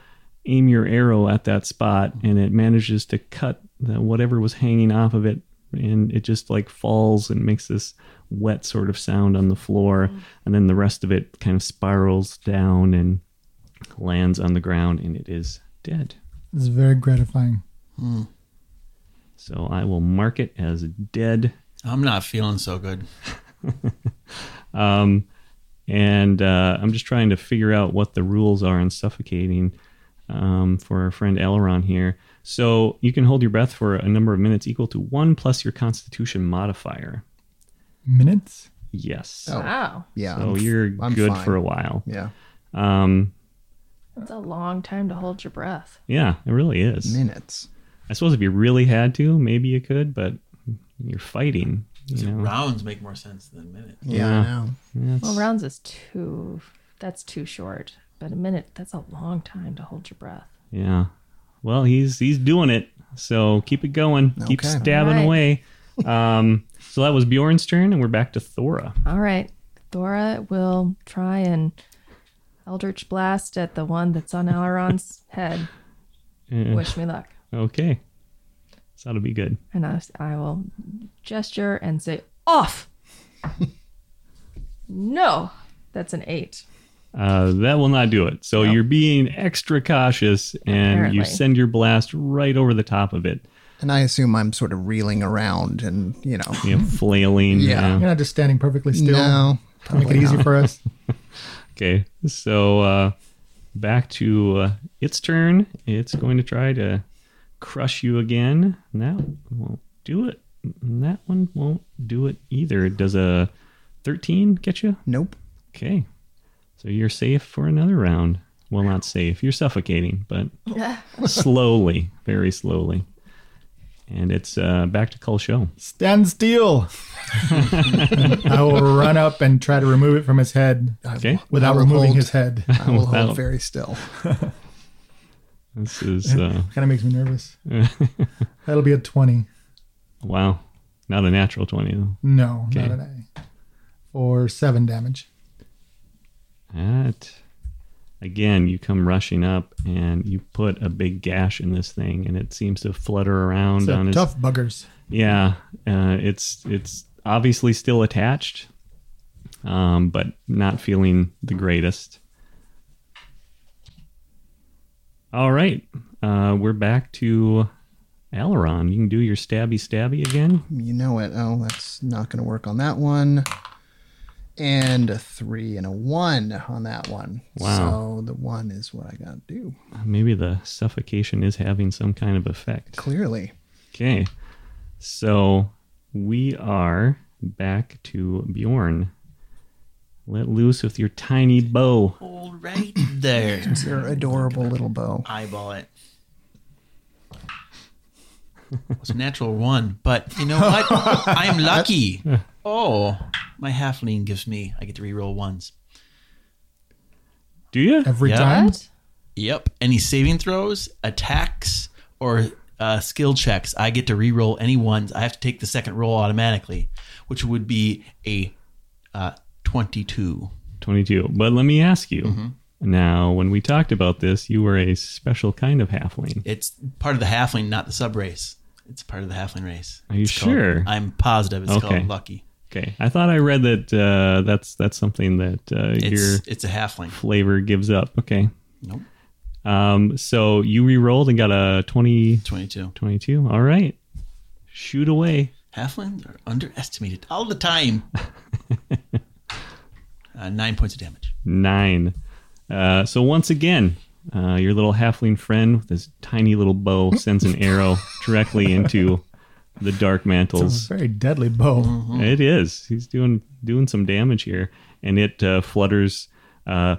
B: aim your arrow at that spot and it manages to cut the, whatever was hanging off of it and it just like falls and makes this wet sort of sound on the floor and then the rest of it kind of spirals down and lands on the ground and it is dead.
C: This is very gratifying.
B: So I will mark it as dead.
D: I'm not feeling so good.
B: Um, and uh, I'm just trying to figure out what the rules are on suffocating um, for our friend Aileron here. So you can hold your breath for a number of minutes equal to one plus your constitution modifier.
C: Minutes?
B: Yes.
F: Oh,
E: Wow.
F: yeah.
B: so
F: I'm f-
B: you're
F: I'm
B: good
F: fine.
B: for a while.
F: Yeah.
B: Um,
E: That's a long time to hold your breath.
B: yeah, it really is.
F: Minutes.
B: I suppose if you really had to, maybe you could, but you're fighting. You know?
D: Rounds make more sense than minutes.
F: Yeah,
B: Yeah.
F: I know.
B: That's-
E: Well, rounds is too. That's too short. But a minute, that's a long time to hold your breath.
B: Yeah. Well, he's he's doing it. So keep it going. Keep
F: Okay.
B: stabbing
E: All
B: away. Um, so that was Bjorn's turn, and we're back to Thora.
E: All right. Thora will try and Eldritch Blast at the one that's on Alaron's head.
B: Uh,
E: Wish me luck.
B: Okay. So that'll be good.
E: And I, I will gesture and say, off! no! That's an eight.
B: Uh, that will not do it. So you're being extra cautious, and
E: Apparently.
B: you send your blast right over the top of it.
F: And I assume I'm sort of reeling around and, you know.
B: You know, flailing. you
F: Yeah.
B: know.
C: You're not just standing perfectly still.
F: No.
C: to make it
F: probably
C: easy
F: not.
C: for us.
B: Okay. So uh, back to uh, its turn. It's going to try to crush you again. And that won't do it. And that one won't do it either. Does a 13 get you?
F: Nope.
B: Okay. So you're safe for another round. Well, not safe. You're suffocating, but slowly, very slowly. And it's uh, back to Cull Show.
C: Stand still. I will run up and try to remove it from his head
B: Okay.
C: without
F: will
C: removing
F: hold-
C: his head.
F: I will
B: Without-
F: hold very still.
B: This is, uh,
C: kind of makes me nervous. That'll be a 20.
B: wow, not a natural 20, though.
C: No,
B: Okay.
C: not an A. Or seven damage.
B: That Again, you come rushing up and you put a big gash in this thing, and it seems to flutter around
C: So
B: on its
C: tough buggers.
B: yeah, uh, it's it's obviously still attached, um, but not feeling the greatest. All right, uh, we're back to Aileron. You can do your stabby stabby again.
F: You know it. Oh, that's not going to work on that one. And a three and a one on that one.
B: Wow.
F: So the one is what I got to do.
B: Maybe the suffocation is having some kind of effect.
F: Clearly.
B: Okay, so we are back to Bjorn. Let loose with your tiny bow.
D: All right there.
F: Your adorable little bow.
D: Eyeball it. It's a natural one, but you know what? I'm lucky. Oh, my halfling gives me. I get to reroll ones.
B: Do you?
C: Every
D: Yeah.
C: time.
E: What?
D: Yep. Any saving throws, attacks, or uh, skill checks, I get to re-roll any ones. I have to take the second roll automatically, which would be a uh, 22.
B: 22. But let me ask you. Now, when we talked about this, you were a special kind of halfling.
D: It's part of the halfling, not the sub race. It's part of the halfling race.
B: Are you
D: It's called-
B: sure?
D: I'm positive it's
B: Okay.
D: called lucky.
B: Okay. I thought I read that uh, that's that's something that uh, your
D: It's it's a halfling.
B: flavor gives up. Okay.
D: Nope.
B: Um, so you re-rolled and got a 20,
D: 22.
B: 22. All right. Shoot away.
D: Halflings are underestimated all the time. uh, nine points of damage.
B: Nine. Uh, so once again, uh, your little halfling friend with his tiny little bow sends an arrow directly into the dark mantles.
C: It's a very deadly bow.
F: Mm-hmm.
B: It is. He's doing doing some damage here, and it uh, flutters uh,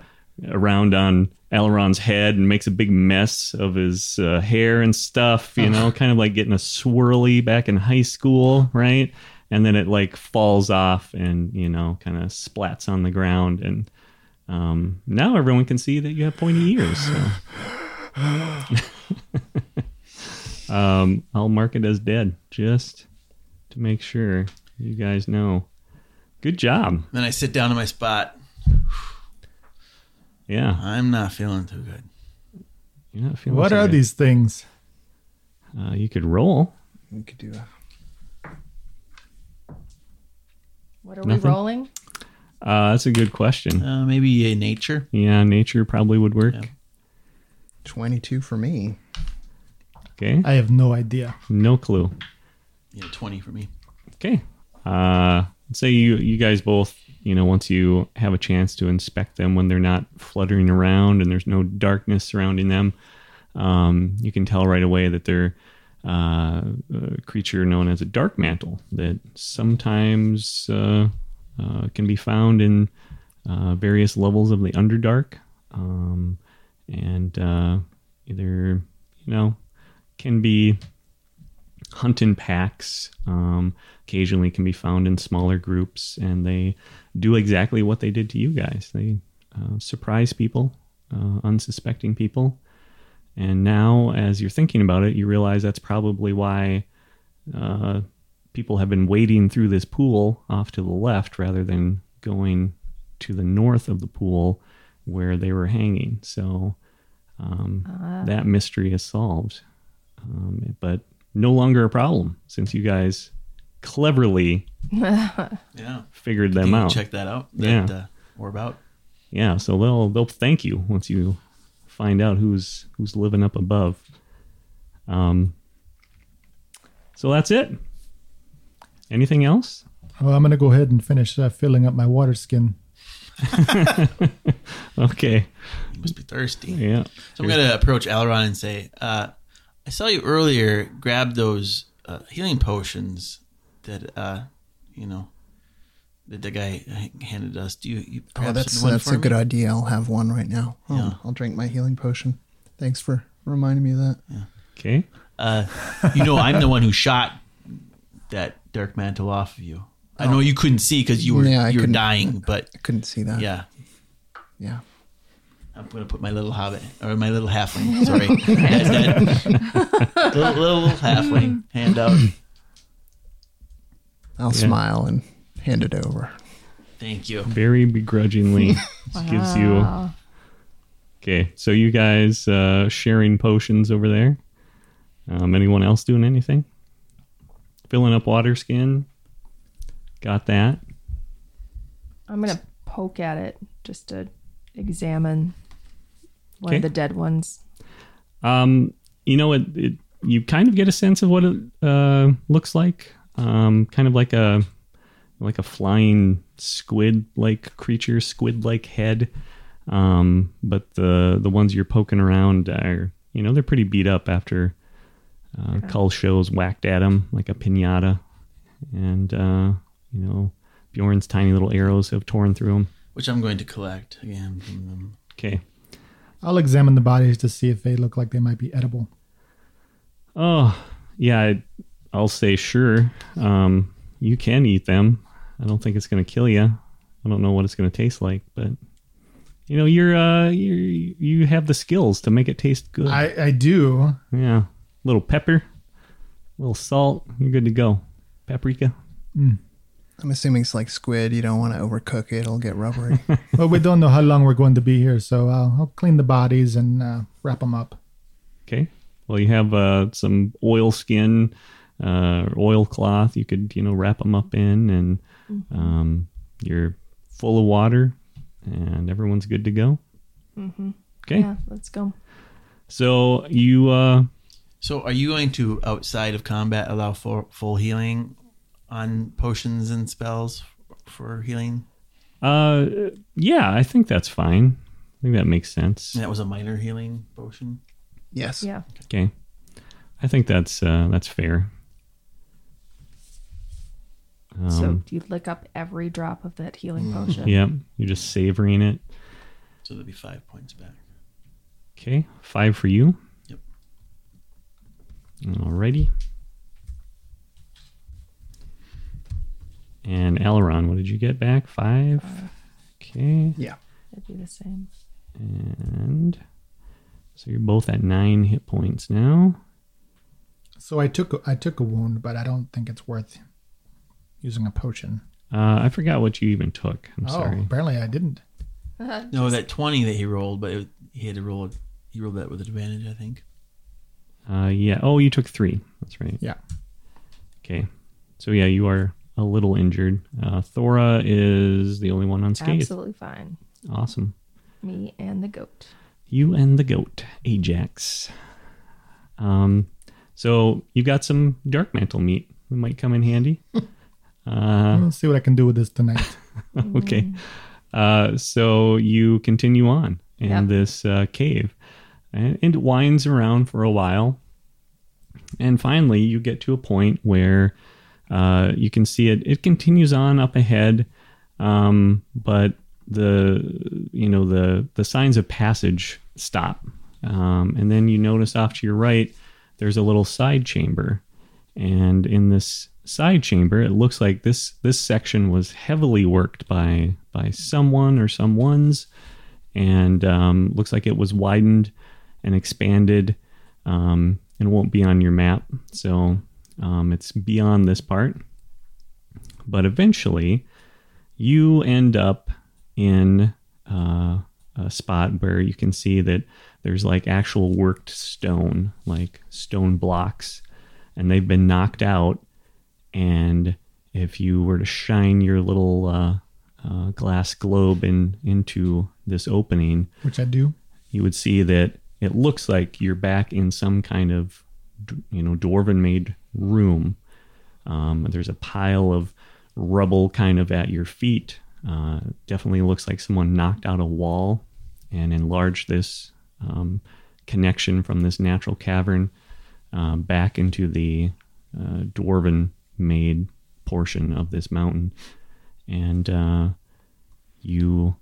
B: around on Aileron's head and makes a big mess of his uh, hair and stuff. You know, kind of like getting a swirly back in high school, right? And then it like falls off and you know kind of splats on the ground, and um, now everyone can see that you have pointy ears. So. um, I'll mark it as dead just to make sure you guys know. Good job.
D: Then I sit down in my spot.
B: Yeah.
D: I'm not feeling too good.
B: You're not feeling
C: What
B: so
C: are
B: good.
C: these things?
B: Uh, you could roll.
F: We could do a
E: What are we
B: Nothing.
E: rolling?
B: Uh, that's a good question.
D: Uh, maybe a nature.
B: Yeah, nature probably would work.
D: Yeah.
F: 22 for me.
B: Okay.
C: I have no idea.
B: No clue.
D: Yeah, 20 for me.
B: Okay. Uh, say you you guys both, you know, once you have a chance to inspect them when they're not fluttering around and there's no darkness surrounding them, um, you can tell right away that they're uh, a creature known as a dark mantle that sometimes uh, uh, can be found in uh, various levels of the underdark, um, and uh, either you know can be hunt in packs. Um, occasionally, can be found in smaller groups, and they do exactly what they did to you guys. They uh, surprise people, uh, unsuspecting people. And now, as you're thinking about it, you realize that's probably why uh, people have been wading through this pool off to the left rather than going to the north of the pool where they were hanging. So um, that mystery is solved um, but no longer a problem since you guys cleverly
D: Yeah.
B: figured
D: Can
B: them
D: you
B: out.
D: Check that out.
B: Yeah.
D: That, Uh, or about.
B: Yeah, so they'll they'll thank you once you find out who's who's living up above. Um, so that's it. Anything else?
C: Well, I'm going to go ahead and finish uh, filling up my water skin.
B: Okay.
D: You must be thirsty.
B: Yeah.
D: So I'm going to approach Alaron and say, uh, I saw you earlier grab those uh, healing potions that, uh, you know, that the guy handed us. Do you, you
F: Oh,
D: perhaps
F: that's
D: have one
F: that's
D: for
F: a good
D: me?
F: idea. I'll have one right now. Oh,
D: Yeah.
F: I'll drink my healing potion. Thanks for reminding me of that.
B: Okay.
D: Uh, you know, I'm the one who shot that dark mantle off of you. I know you couldn't see because you were
F: Oh. Yeah, I
D: you were
F: couldn't- Uh,
D: dying, but
F: I couldn't see that.
D: yeah,
F: Yeah.
D: I'm gonna put my little hobbit or my little halfling. Sorry, that, that little, little halfling hand out.
F: I'll
B: Yeah.
F: smile and hand it over.
D: Thank you.
B: Very begrudgingly gives you Okay, so you guys uh, sharing potions over there. Um, anyone else doing anything? Filling up water skin. Got that.
E: I'm gonna poke at it just to examine one
B: Okay.
E: of the dead ones.
B: Um, you know, it, it you kind of get a sense of what it uh, looks like. Um, kind of like a like a flying squid-like creature, squid-like head. Um, but the the ones you're poking around are, you know, they're pretty beat up after uh, Cull shows whacked at them like a pinata, and uh, you know Bjorn's tiny little arrows have torn through them.
D: which I'm going to collect again from them.
B: Okay.
C: I'll examine the bodies to see if they look like they might be edible.
B: Oh, yeah, I, I'll say sure. Um, you can eat them. I don't think it's going to kill you. I don't know what it's going to taste like, but you know, you're uh, you you have the skills to make it taste good.
C: I, I do.
B: yeah, little pepper, little salt, you're good to go. Paprika.
F: I'm assuming it's like squid. You don't want to overcook it; it'll get rubbery.
C: But we don't know how long we're going to be here, so I'll, I'll clean the bodies and uh, wrap them up.
B: Okay. Well, you have uh, some oil skin, uh, oil cloth. You could, you know, wrap them up in, and um, you're full of water, and everyone's good to go. Mm-hmm. Okay.
E: Yeah, let's go.
B: So you, uh,
D: So, are you going to outside of combat allow for full healing on potions and spells for healing?
B: uh, yeah, I think that's fine. I think that makes sense.
D: And that was a minor healing potion.
F: yes.
E: Yeah.
B: Okay. I think that's uh, that's fair.
E: so you lick up every drop of that healing potion.
B: Yep. You're just savoring it.
D: So there'll be five points back.
B: Okay, five for you.
D: Yep.
B: Alrighty. And Aileron, what did you get back? Five.
C: Uh,
B: Okay,
F: Yeah.
E: It'd be the same.
B: and so you're both at nine hit points now.
C: So I took a- I took a wound, but I don't think it's worth using a potion.
B: Uh, I forgot what you even took. I'm
C: oh,
B: sorry.
C: apparently I didn't.
D: No, that twenty that he rolled, but it, he had to roll. He rolled that with advantage, I think.
B: Uh, yeah. Oh, you took three. That's right.
C: Yeah.
B: Okay. So yeah, you are a little injured. Uh, Thora is the only one unscathed.
E: Absolutely fine.
B: Awesome.
E: Me and the goat.
B: You and the goat, Ajax. Um, so you've got some dark mantle meat that might come in handy. Uh,
C: Let's see what I can do with this tonight.
B: okay. Uh, so you continue on in
E: Yep.
B: this uh, cave, and, and it winds around for a while, and finally you get to a point where uh, you can see it. It continues on up ahead, um, but the you know the the signs of passage stop, um, and then you notice off to your right there's a little side chamber, and in this side chamber it looks like this this section was heavily worked by by someone or someone's and um, looks like it was widened and expanded um, and it won't be on your map so um, it's beyond this part but eventually you end up in uh, a spot where you can see that there's like actual worked stone like stone blocks and they've been knocked out and if you were to shine your little uh, uh, glass globe in into this opening,
C: Which I do.
B: you would see that it looks like you're back in some kind of d- you know dwarven made room um, there's a pile of rubble kind of at your feet uh, definitely looks like someone knocked out a wall and enlarged this um, connection from this natural cavern uh, back into the uh, dwarven made portion of this mountain and uh, you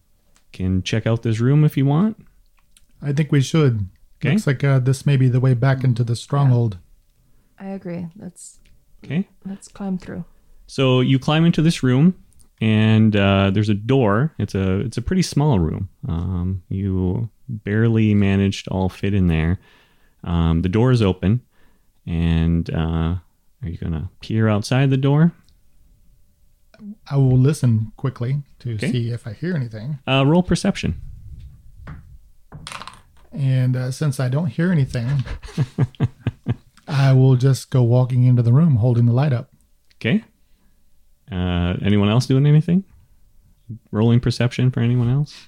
B: can check out this room if you want
C: I think we should.
B: Okay.
C: Looks like uh, this may be the way back into the stronghold.
E: I agree. Let's
B: okay
E: let's climb through.
B: So you climb into this room, and uh, there's a door. It's a it's a pretty small room. Um, you barely managed to all fit in there. Um, the door is open, and uh, are you gonna peer outside the door?
C: I will listen quickly to
B: Okay.
C: see if I hear anything.
B: Uh, roll perception.
C: And uh, since I don't hear anything, I will just go walking into the room holding the light up.
B: Okay. Uh, anyone else doing anything? Rolling perception for anyone else?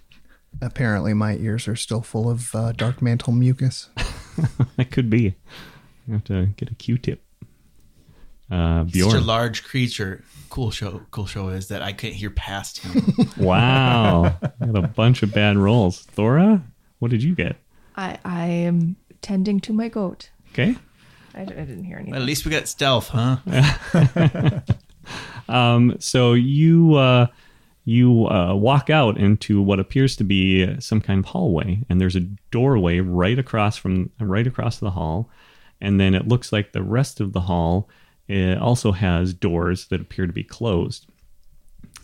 F: Apparently, my ears are still full of uh, dark mantle mucus.
B: that could be. You have to get a Q-tip. Uh,
D: Such a
B: Bjorn.
D: large creature. Cool show. Cool show is that I couldn't hear past him.
B: Wow. I got a bunch of bad rolls. Thora, what did you get?
E: I I am tending to my goat.
B: Okay.
E: I, d- I didn't hear anything.
D: At least we got stealth, huh?
B: Um, so you uh, you uh, walk out into what appears to be uh, some kind of hallway, and there's a doorway right across from right across the hall, and then it looks like the rest of the hall uh also has doors that appear to be closed,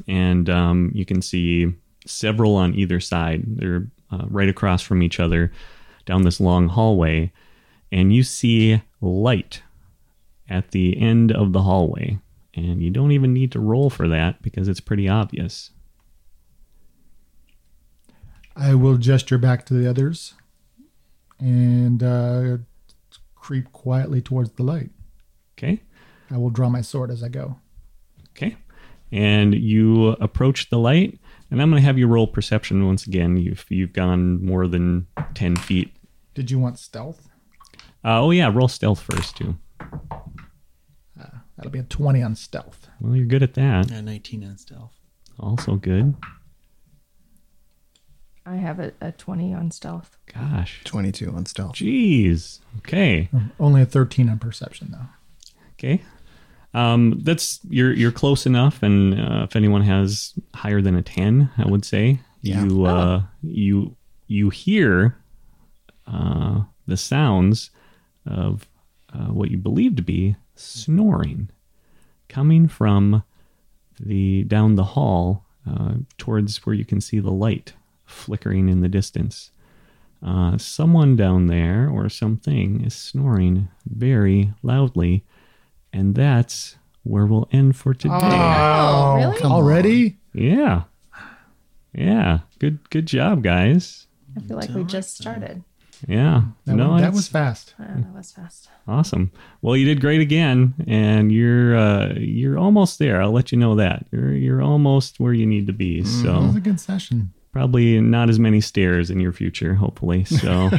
B: and um, you can see several on either side. They're uh, right across from each other down this long hallway, and you see light at the end of the hallway. And you don't even need to roll for that because it's pretty obvious.
C: I will gesture back to the others and uh, creep quietly towards the light.
B: Okay.
C: I will draw my sword as I go.
B: Okay. And you approach the light, and I'm going to have you roll perception once again. You've, you've gone more than 10 feet.
C: Did you want stealth?
B: Uh, oh, yeah, roll stealth first, too.
C: That'll be a 20 on stealth.
B: Well, you're good at that.
D: Yeah, 19 on stealth.
B: Also good.
E: I have a, a twenty on stealth.
B: Gosh.
F: 22 on stealth.
B: Jeez. Okay.
C: Only a 13 on perception, though.
B: Okay. Um, that's you're you're close enough, and uh, if anyone has higher than a ten, I would say
F: Yeah.
B: you uh, you you hear uh, the sounds of uh, what you believe to be snoring coming from the down the hall uh, towards where you can see the light flickering in the distance. Uh, someone down there or something is snoring very loudly, and that's where we'll end for today.
E: Oh, really?
F: Come
C: Already?
B: Yeah, yeah. Good, good job, guys.
E: I feel like we just started.
B: Yeah,
C: That,
B: no,
C: went- that
B: it's
C: was fast.
E: Oh, that was fast.
B: awesome. Well, you did great again, and you're uh, you're almost there. I'll let you know that you're you're almost where you need to be. So
C: That was a good session.
B: probably not as many stairs in your future, hopefully. So.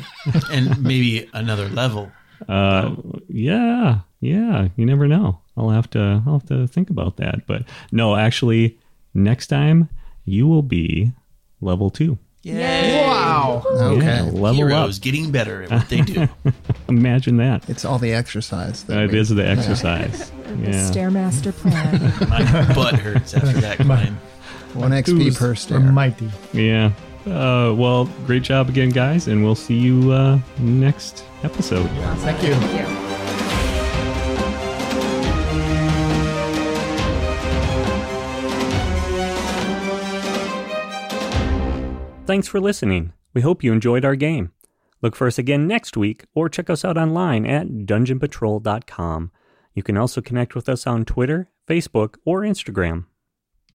D: And maybe another level.
B: Uh, yeah, yeah. You never know. I'll have to. I'll have to think about that. But no, actually, next time you will be level two.
F: on. Okay.
B: Yeah, level
D: Heroes
B: up.
D: getting better at what they do.
B: Imagine that.
F: It's all the exercise. That
B: It
F: we-
B: is the exercise.
E: The
B: Yeah.
E: stairmaster plan.
D: My butt hurts after that climb.
F: One XP
C: Ooze
F: per
C: Or
F: stair.
C: mighty.
B: Yeah. Uh, well, great job again, guys, and we'll see you uh, next episode.
C: Thank you.
B: Thanks for listening. We hope you enjoyed our game. Look for us again next week or check us out online at dungeonpatrol.com. You can also connect with us on Twitter, Facebook, or Instagram.